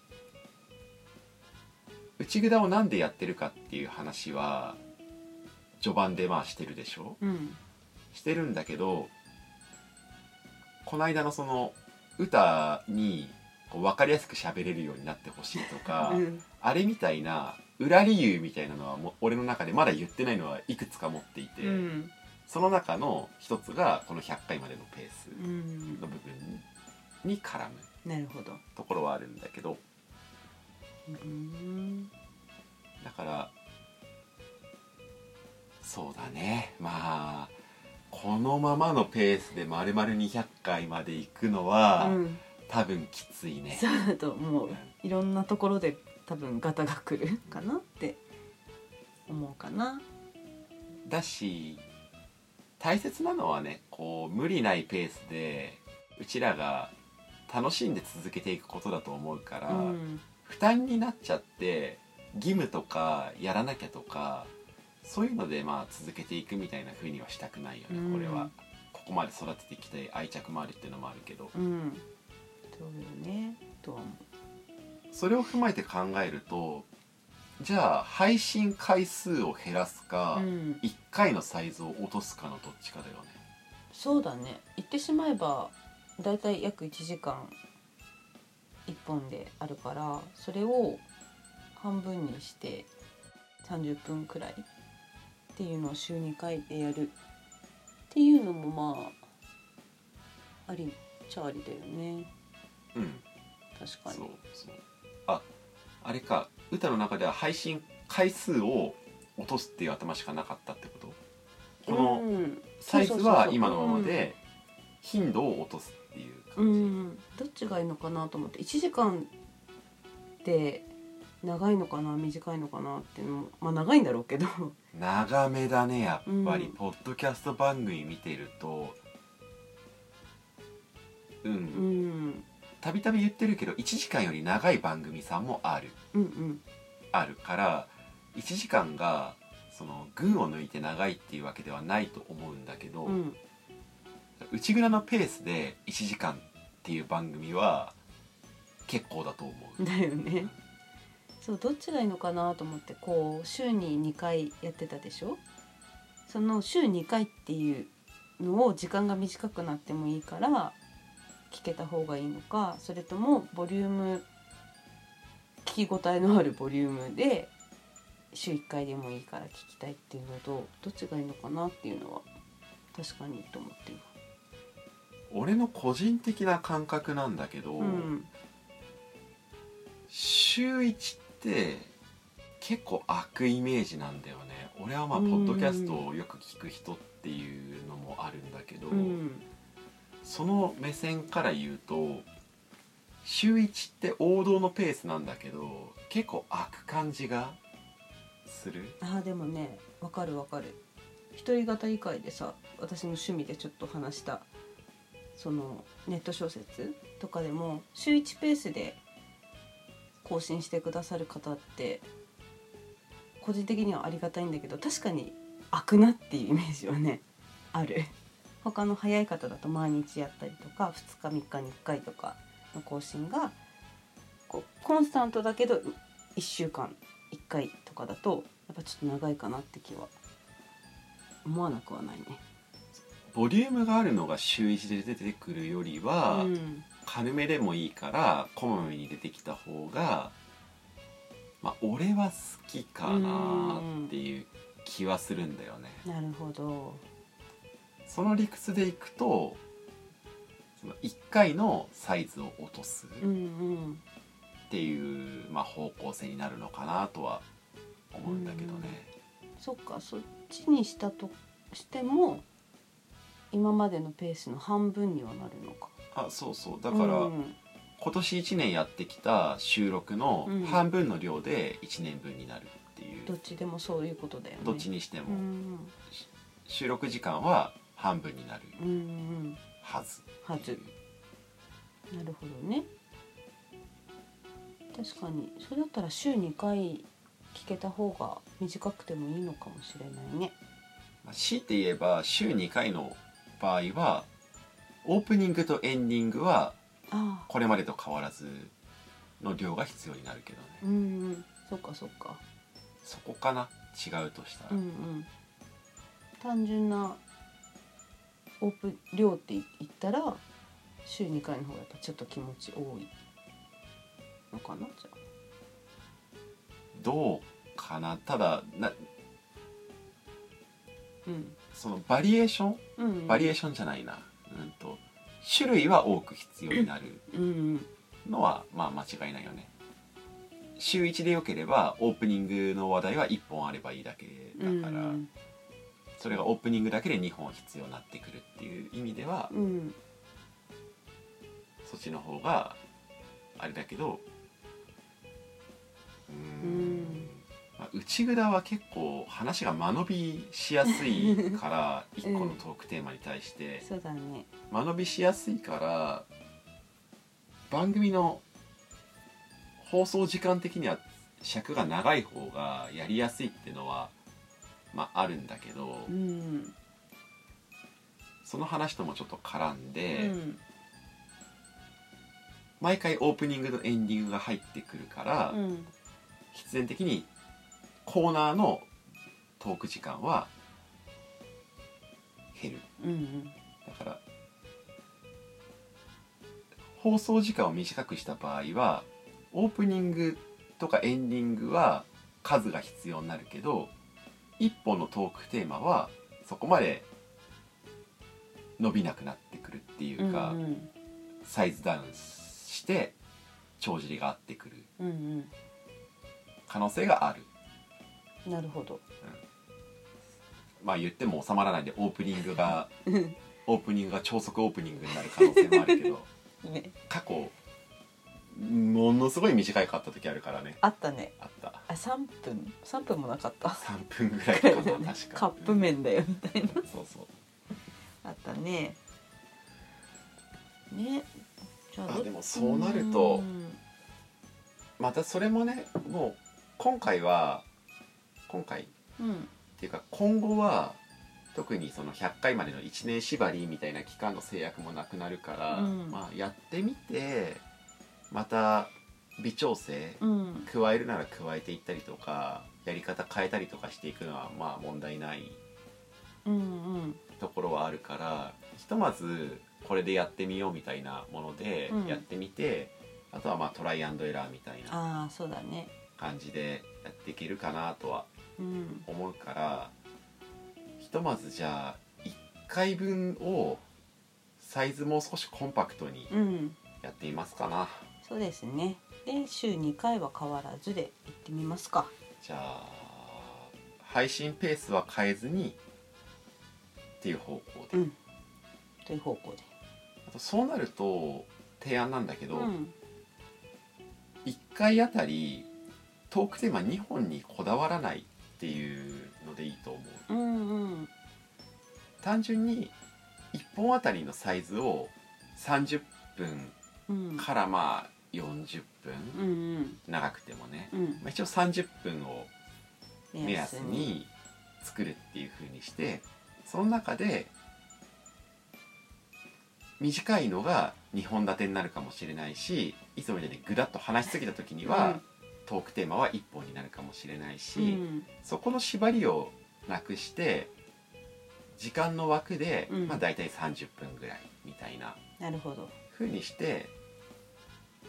A: 内札をなんでやってるかっていう話は序盤でまあしてるでしょ
B: うん
A: してるんだけどこの間のその歌にこう分かりやすく喋れるようになってほしいとか、
B: うん
A: あれみたいな裏理由みたいなのはもう俺の中でまだ言ってないのはいくつか持っていて、
B: うん
A: その中の一つがこの100回までのペース
B: うん
A: の部分にに絡む
B: なるほど
A: ところはあるんだけど
B: うん
A: だからそうだねまあこのままのペースで丸々200回まで行くのは、
B: うん
A: 多分きついね
B: そうだと思ういろんなところで多分ガタが来るかなって思うかな
A: だし大切なのはねこう無理ないペースでうちらが楽しんで続けていくことだと思うから、
B: うん
A: 負担になっちゃって義務とかやらなきゃとかそういうのでまあ続けていくみたいな風にはしたくないよ
B: うん
A: ねこれは。ここまで育ててきて愛着もあるっていうのもあるけど
B: うんそうよねとは思
A: それを踏まえて考えるとじゃあ配信回数を減らすか、
B: ううん
A: 1回のサイズを落とすかのどっちかだよね
B: そうだね言ってしまえばだいたい約1時間1本であるからそれを半分にして30分くらいっていうのを週2回でやるっていうのもまあありっちゃありだよね
A: うん
B: 確か
A: そう
B: に
A: そうああれか歌の中では配信回数を落とすっていう頭しかなかったってことこの
B: うん
A: サイズは
B: そうそうそうそう
A: 今のままで頻度を落とすっていう
B: う
A: 感
B: ん、どっちがいいのかなと思って1時間って長いのかな短いのかなっていうのもまあ長いんだろうけど [LAUGHS]
A: じ長めだねやっぱり、
B: うん
A: ポッドキャスト番組見てるとう
B: うんん
A: たびたび言ってるけど1時間より長い番組さんもある
B: うんうん
A: あるから1時間がその群を抜いて長いっていうわけではないと思うんだけど、
B: うん
A: 内蔵のペースで1時間っていう番組は結構だと思う、
B: だよねそうどっちがいいのかなと思ってこう週に2回やってたでしょその週2回っていうのを時間が短くなってもいいから聞けた方がいいのかそれともボリューム聞き応えのあるボリュームで週1回でもいいから聞きたいっていうのとどっちがいいのかなっていうのは確かにと思っていま
A: 俺の個人的な感覚なんだけど、
B: す。うん
A: 週1って結構悪イメージなんだよね俺はまあポッドキャストをよく聞く人っていうのもあるんだけど、
B: うん
A: その目線から言うと週1って王道のペースなんだけど結構開く感じがする
B: あーでもねわかるわかる一人語以外でさ私の趣味でちょっと話したそのネット小説とかでも週1ペースで更新してくださる方って個人的にはありがたいんだけど確かに開くなっていうイメージはねある他の早い方だと毎日やったりとか2日3日に1回とかの更新がこうコンスタントだけど1週間1回とかだとやっぱちょっと長いかなって気は思わなくはないね。
A: ボリュームがあるのが週1で出てくるよりは、
B: うん
A: 軽めでもいいからこまめに出てきた方がまあ俺は好きかなっていう気はするんだよね。
B: なるほど。
A: その理屈でいくとその1回のサイズを落とす
B: うん
A: っ
B: うん。
A: ていう、まあ、方向性になるのかなとは思うんだけどね。
B: そっかそっちにしたとしても今までのペースの半分にはなるのか。
A: あそうそうだから、
B: うん
A: 今年1年やってきた収録の
B: うん
A: 半分の量で1年分になるっていう、
B: どっちでもそういうことだよね。
A: どっちにして
B: う
A: も、
B: ん
A: 収録時間は半分になる
B: うんうん
A: はず
B: はず。なるほどね確かにそれだったら週2回聞けた方が短くてもいいのかもしれないね
A: 強いて言えば週2回の場合はオープニングとエンディングは
B: あ
A: これまでと変わらずの量が必要になるけどね
B: あうんうんそっかそっか
A: そこかな違うとしたら、
B: うんうん単純なオープン量って言ったら週2回の方がやっぱちょっと気持ち多いのかなじゃ
A: どうかなただな
B: あ、うん
A: そのバリエーション
B: うんうん、
A: バリエーションじゃないな、うん、と種類は多く必要になる
B: うんうん
A: の
B: [COUGHS]
A: はまあ間違いないよね週1でよければオープニングの話題は1本あればいいだけだか
B: う
A: ら、
B: ん
A: それがオープニングだけで2本必要になってくるっていう意味では、
B: うん
A: そっちの方があれだけどうーん
B: うん
A: まあ、内札は結構話が間延びしやすいから
B: [LAUGHS]
A: 1個のトークテーマに対して
B: そうだね
A: 間延びしやすいから番組の放送時間的には尺が長い方がやりやすいってのは、まあ、あるんだけど、
B: うん、
A: その話ともちょっと絡んで、
B: うん
A: 毎回オープニングとエンディングが入ってくるから、
B: うん
A: 必然的にコーナーのトーク時間は減る
B: うんうん
A: だから放送時間を短くした場合はオープニングとかエンディングは数が必要になるけど一本のトークテーマはそこまで伸びなくなってくるっていうか、
B: うんうん
A: サイズダウンして帳尻が合ってくる
B: うん
A: 可能性がある
B: うんなるほど
A: まあ言っても収まらないでオープニングがオープニングが超速オープニングになる可能性もあるけど
B: [LAUGHS] ね
A: 過去ものすごい短いかった時あるからね
B: あったね
A: あった
B: あ三分三分もなかった
A: 3分ぐら
B: く
A: いから
B: [LAUGHS] い
A: な
B: だよ
A: 確
B: ね
A: か
B: カップ麺だよみたいな
A: そうそう
B: あったねねじゃ
A: あ
B: ど
A: でもそうなると
B: うん
A: またそれもねもう今回は今回っ
B: うん
A: ていうか今後は特にその100回までの1年縛りみたいな期間の制約もなくなるから、
B: うん
A: まあやってみてまた微調整
B: うん
A: 加えるなら加えていったりとかやり方変えたりとかしていくのはまあ問題ない
B: うん
A: ところはあるからひとまずこれでやってみようみたいなもので
B: うん
A: やってみて、あとはまあトライアンドエラーみたいな
B: ああそうだね
A: 感じでやっていけるかなとは
B: うん
A: 思うからひとまずじゃあ1回分をサイズもう少しコンパクトに
B: うん
A: やってみますかな。
B: そうですねで週二回は変わらずで行ってみますか
A: じゃあ配信ペースは変えずにっていう方向
B: う
A: で、
B: んという方向で
A: あとそうなると提案なんだけど、
B: うん
A: 1回あたりトークテーマ2本にこだわらないっていうのでいいと思
B: う
A: う
B: んうん
A: 単純に1本あたりのサイズを30分
B: うん
A: からまあ40分、
B: うんうん
A: 長くてもね、
B: うん
A: まあ、一応30分を目
B: 目
A: 安に作るっていう風にしてその中で短いのが2本立てになるかもしれないしいつもみたいにぐだっと話しすぎた時には、
B: うん
A: トークテーマは1本になるかもしれないし、
B: うん
A: そこの縛りをなくして時間の枠で、
B: うん
A: まあ、大体30分ぐらいみたいな
B: なるほど
A: 風にして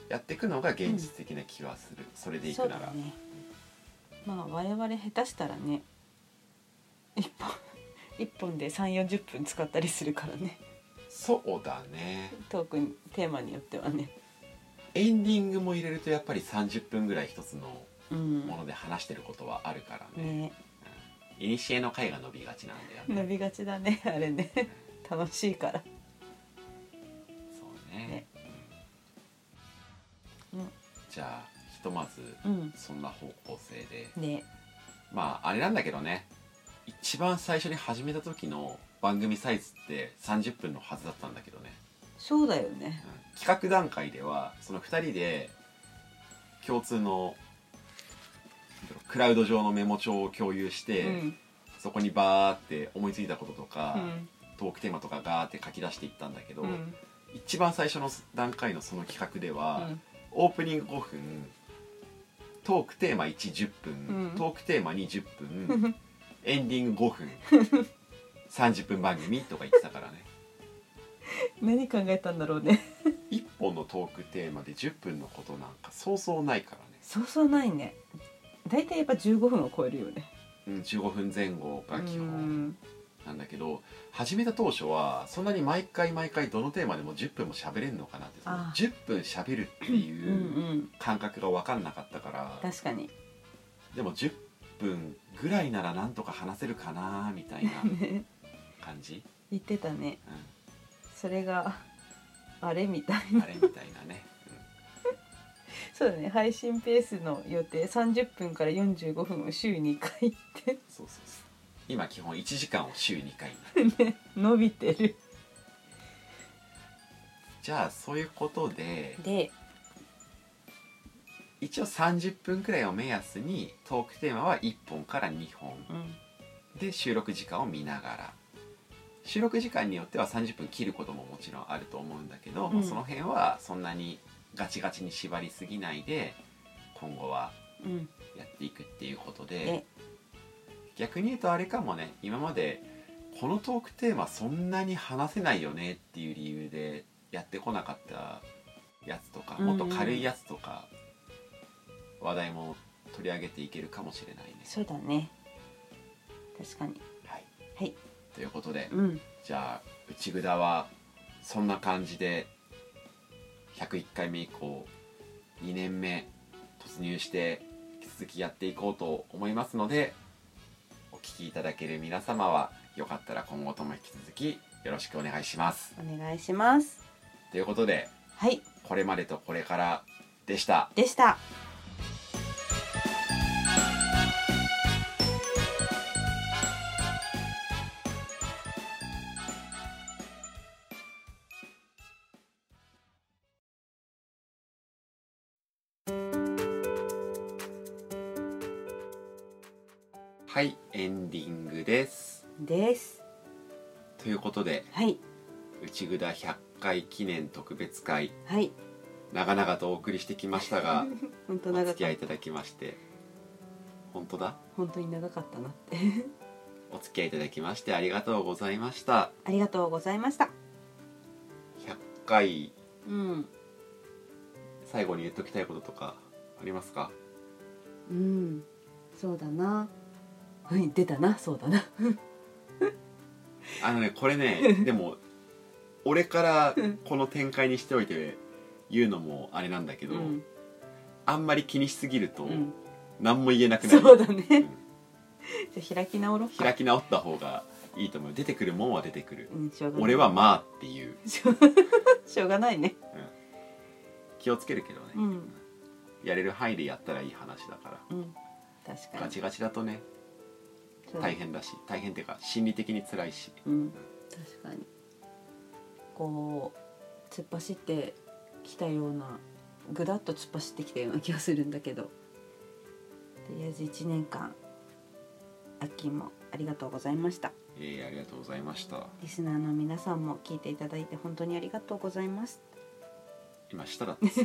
A: やっていくのが現実的な気はする、それでい
B: そ
A: く
B: う
A: な
B: だ
A: ら。
B: ねまあ我々下手したらね一本一本で3四4 0分使ったりするからね
A: そうだね
B: トークにテーマによってはね
A: エンディングも入れるとやっぱり30分ぐらい一つの
B: うん
A: もので話してることはあるからね
B: ね
A: いにしえの回が伸びがちなんだよね
B: 伸びがちだね [LAUGHS] あれね楽しいから
A: そうね
B: ね
A: うん
B: うん
A: じゃあひとまず
B: うん
A: そんな方向性で
B: ね
A: まああれなんだけどね一番最初に始めた時の番組サイズって30分のはずだったんだけどね、
B: そうだよね
A: うん企画段階ではその2人で共通のクラウド上のメモ帳を共有して、
B: うん
A: そこにバーって思いついたこととか、
F: うん
A: トークテーマとかガーって書き出していったんだけど、
F: うん
A: 一番最初の段階のその企画では、
F: うん
A: オープニング5分トークテーマ110分、
F: うん
A: トークテーマ20分
F: [LAUGHS]
A: エンディング5分30分番組とか言ってたからね
B: 何考えたんだろうね
A: 1本のトークテーマで10分のことなんかそうそうないからね、
B: [LAUGHS] そうそうないね大体やっぱ15分を超えるよね
A: うん、15分前後が基
B: う
A: 本
B: ん
A: なんだけど始めた当初はそんなに毎回毎回どのテーマでも10分も喋れんのかなってその
B: ああ
A: 10分喋るって
B: う
A: い
B: ん
A: う
B: う
A: うん感覚が分かんなかったから、
B: 確かに
A: でも10分ぐらいならなんとか話せるかなみたいな
B: ね
A: 感じ、
B: 言ってたね
A: うん
B: それがあれみたいな [LAUGHS]
A: あれみたいなね。
B: そうだね配信ペースの予定30分から45分を週2回って
A: うん [LAUGHS] そうそうそう。今基本1時間を週2回になる。
B: 伸びてる
A: じゃあそういうことで
B: で
A: 一応30分くらいを目安にトークテーマは1本から2本
B: うん
A: で収録時間を見ながら収録時間によっては30分切ることももちろんあると思うんだけど、
B: うん
A: まあその辺はそんなにガチガチに縛りすぎないで今後は
B: うん
A: やっていくっていうこと
B: え
A: で逆に言うとあれかもね今までこのトークテーマそんなに話せないよねっていう理由でやってこなかったやつとか
B: うんう
A: も
B: ん
A: っと軽いやつとか話題も取り上げていけるかもしれないね。
B: そうだね確かに
A: はい
B: はい
A: ということで
B: うん
A: じゃあ内札はそんな感じで101回目以降2年目突入して引き続きやっていこうと思いますのでお聞きいただける皆様はよかったら今後とも引き続きよろしくお願いします。
B: お願いします
A: ということで
B: はい
A: これまでとこれからでした。
B: でした
A: はいエンディングです。
B: です
A: ということで
B: はい
A: 内札100回記念特別会
B: はい
A: 長々とお送りしてきましたが。
B: 本当
A: お
B: 長
A: 付
B: か
A: き
B: っ
A: 合い
B: た
A: いただきまして本当だ
B: 本当に長かったなって
A: お付き合いいただきましてありがとうございました
B: [LAUGHS] ありがとうございました
A: 100回
B: うん
A: 最後に言っときたいこととかありますか
B: うんそうだなうん出たなそうだな
A: あのねこれね
B: [LAUGHS]
A: でも俺からこの展開にしておいて言うのもあれなんだけ
B: う
A: ど、
B: ん、
A: あんまり気にしすぎると
B: うん、
A: 何も言えなくなる、
B: そうだね
A: うん
B: じゃあ開き直ろうか
A: 開き直った方がいいと思う出てくるもんは出てくる
B: うんしょうがない
A: 俺はまあっていう
B: しょしょうがないね
A: 気をつけるけどね、
B: うん
A: やれる範囲でやったらいい話だから
B: うん確か
A: ガ
B: に
A: チガチだとね
B: そう
A: 大変だし大変っていうか心理的に辛いし
B: うん確かにこう突っ走ってきたようなぐだっと突っ走ってきたような気がするんだけどとりあえず1年間秋もありがとうございました
A: えーありがとうございました
B: リスナーの皆さんも聞いていただいて本当にありがとうございます
A: 今下だってさ
B: [LAUGHS]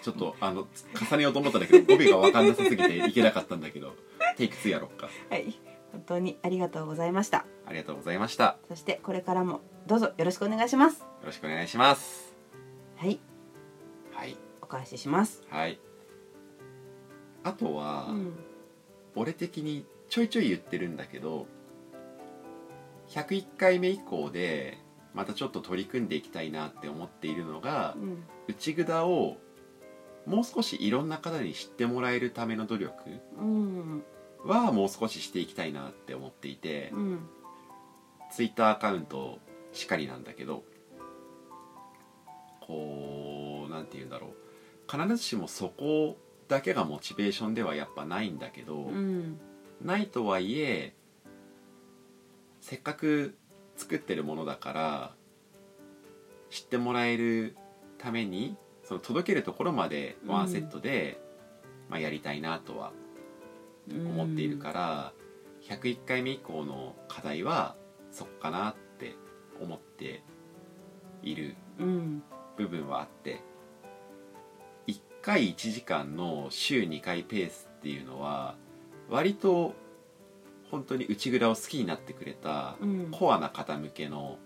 A: ちょっとあの重ねようと思ったんだけど語尾が分かんなさすぎていけなかったんだけどテイク2やろっか
B: はい本当にありがとうございました
A: ありがとうございましたよ
B: そしてこれからもどうぞよろしくお願いします
A: ろしくお願いします
B: はい
A: はい
B: お返しします
A: はいあとは、
B: うん
A: 俺的にちょいちょい言ってるんだけど101回目以降でまたちょっと取り組んでいきたいなって思っているのが、
B: うん
A: 内札をもう少しいろんな方に知ってもらえるための努力
B: うん
A: はもう少ししていきたいなって思っていて、
B: うん
A: ツイッターアカウントしかりなんだけどこうなんて言うんだろう必ずしもそこだけがモチベーションではやっぱないんだけど、
B: うん
A: ないとはいえせっかく作ってるものだから知ってもらえるためにその届けるところまでワンセットで、まあ、やりたいなとは思っているから、 101回目以降の課題はそこかなって思っている
D: うん
A: 部分はあって1回1時間の週2回ペースっていうのは割と本当に内蔵を好きになってくれた
D: うん
A: コアな方向けの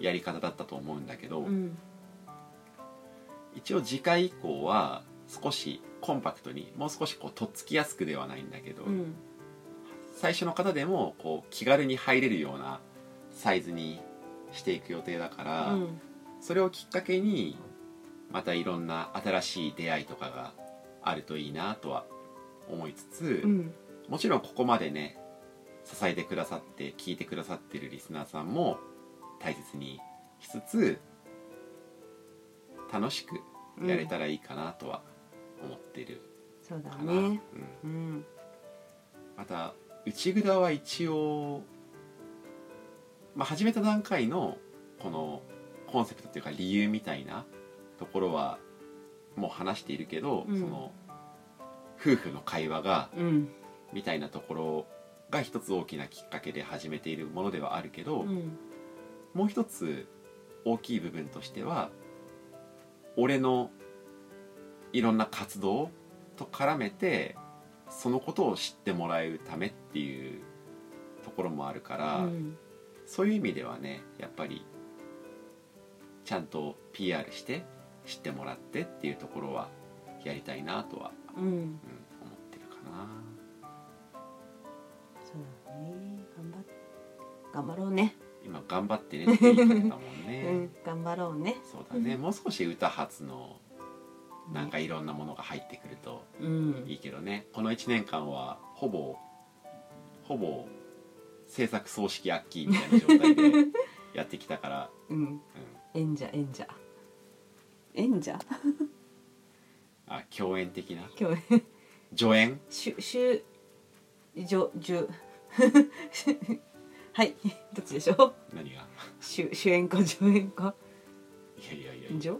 A: やり方だったと思うんだけど、
D: うん
A: 一応次回以降は少しコンパクトにもう少しこうとっつきやすくではないんだけど、
D: うん
A: 最初の方でもこう気軽に入れるようなサイズにしていく予定だから、
D: うん
A: それをきっかけにまたいろんな新しい出会いとかがあるといいなとは思いつつ、
D: うん
A: もちろんここまでね支えてくださって聞いてくださってるリスナーさんも大切にしつつ楽しくやれたらいいかなとは思ってる
D: そうだ
A: かな、
D: ね
A: うん
D: うん
A: また内蔵は一応、まあ、始めた段階のこのコンセプトっていうか理由みたいなところはもう話しているけど、
D: うん
A: その夫婦の会話が
D: うん
A: みたいなところが一つ大きなきっかけで始めているものではあるけど、
D: うん
A: もう一つ大きい部分としては俺のいろんな活動と絡めてそのことを知ってもらうためっていうところもあるから、
D: うん
A: そういう意味ではねやっぱりちゃんと PR して知ってもらってっていうところはやりたいなとは、
D: うん
A: うん、思ってるかな
D: そうだね頑張っ頑張ろうね
A: 今頑張ってねって言い方だもん
D: [LAUGHS] う
A: ね、
D: ん頑張ろうね
A: そうだねもう少し歌発のなんかいろんなものが入ってくると
D: うん
A: いいけどねこの1年間はほぼほぼ制作葬式アッキーみたいな状態でやってきたから、
D: うん
A: うん、
D: 演者演者演者
A: あ共演的な
D: 今日
A: 助演
D: しゅしゅじょじゅはいどっちでしょう
A: 何が
D: 主主演か助演か
A: いやいやいや
D: 助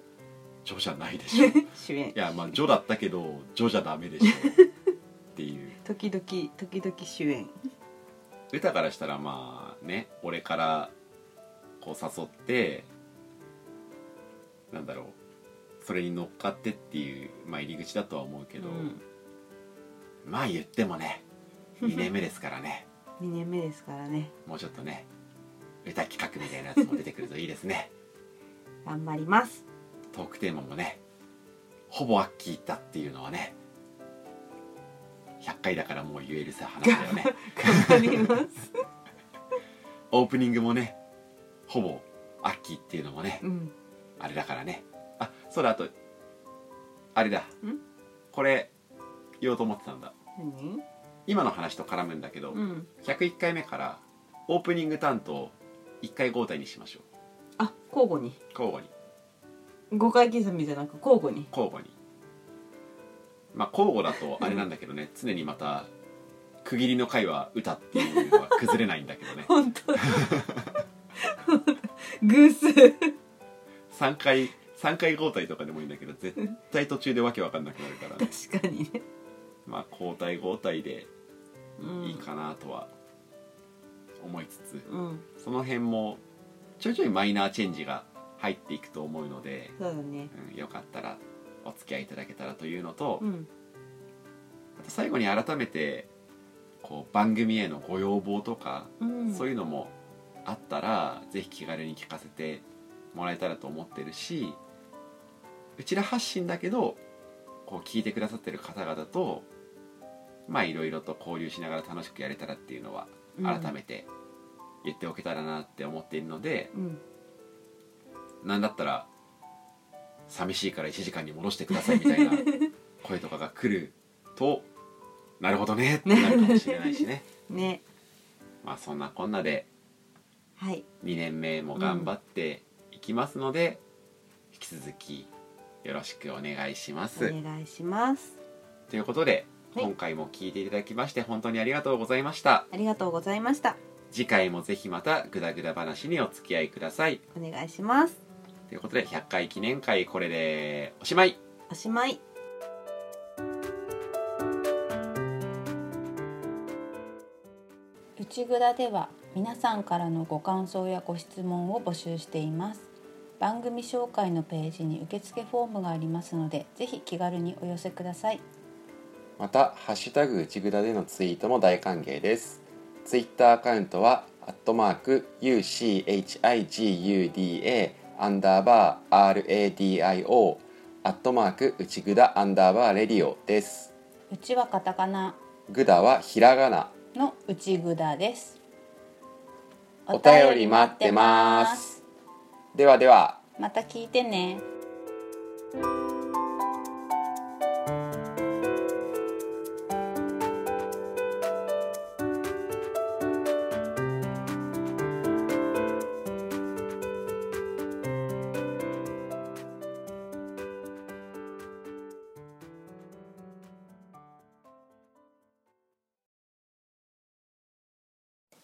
A: 助じゃないでしょい
D: 主演
A: やまあ助だったけど助じゃダメでしょっていう
D: 時々時々主演
A: 歌からしたらまあね俺からこう誘ってなんだろうそれに乗っかってっていう、まあ、入り口だとは思うけど、
D: うん
A: まあ言ってもね2年目ですからね
D: 2年目ですからね
A: もうちょっとね歌企画みたいなやつも出てくるといいですね [LAUGHS]
D: 頑張ります
A: トークテーマもねほぼアッキーだっていうのはね100回だからもう言えるさ話だよね
D: 頑張ります
A: オープニングもねほぼアッキーっていうのもね
D: うん
A: あれだからねあそうだあとあれだ
D: ん
A: これ言おうと思ってたんだ
D: 何
A: 今の話と絡むんだけど、
D: うん
A: 101回目からオープニング担当1回交代にしましょう
D: あ交互に
A: 交互に
D: 5回刻みじゃなく交互に
A: 交互にまあ交互だとあれなんだけど [LAUGHS] ね常にまた区切りの回は歌っていうのは崩れないんだけど [LAUGHS] ね
D: 本当だ偶数
A: 3回3回交代とかでもいいんだけど絶対途中でわけわかんなくなるから、ね、
D: 確かにね、
A: まあ交代交代で
D: うん、
A: いいかなとは思いつつ、
D: うん
A: その辺もちょいちょいマイナーチェンジが入っていくと思うので、
D: そうだね
A: うん、よかったらお付き合いいただけたらというのと、
D: うん
A: あと最後に改めてこう番組へのご要望とか、
D: うん
A: そういうのもあったらぜひ気軽に聞かせてもらえたらと思ってるしうちら発信だけどこう聞いてくださってる方々とまあいろいろと交流しながら楽しくやれたらっていうのは改めて言っておけたらなって思っているので、
D: うん
A: なんだったら寂しいから1時間に戻してくださいみ
D: [LAUGHS]
A: たいな声とかが来るとなるほどねってなるかもしれないしね
D: ね
A: まあそんなこんなで
D: はい
A: 2年目も頑張っていきますので、引き続きよろしくお願いします。
D: お願いします
A: ということで、
D: はい
A: 今回も聞いていただきまして本当にありがとうございました。
D: ありがとうございました
A: 次回もぜひまたグダグダ話にお付き合いください。
D: お願いします
A: ということで100回記念会これでおしまい
D: おしまい
B: 内蔵では皆さんからのご感想やご質問を募集しています番組紹介のページに受付フォームがありますのでぜひ気軽にお寄せください
A: また「ハッシュタグ内蔵」でのツイートも大歓迎ですツイッターアカウントは「アットマーク #UCHIGUDA アンダーバー RADIO」「アットマーク内蔵アンダーバーレディオ」です
B: うちはカタカナ
A: グダはひらがな
B: の内蔵です
A: お便り待ってますではでは
B: また聞いてね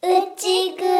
C: うちぐだ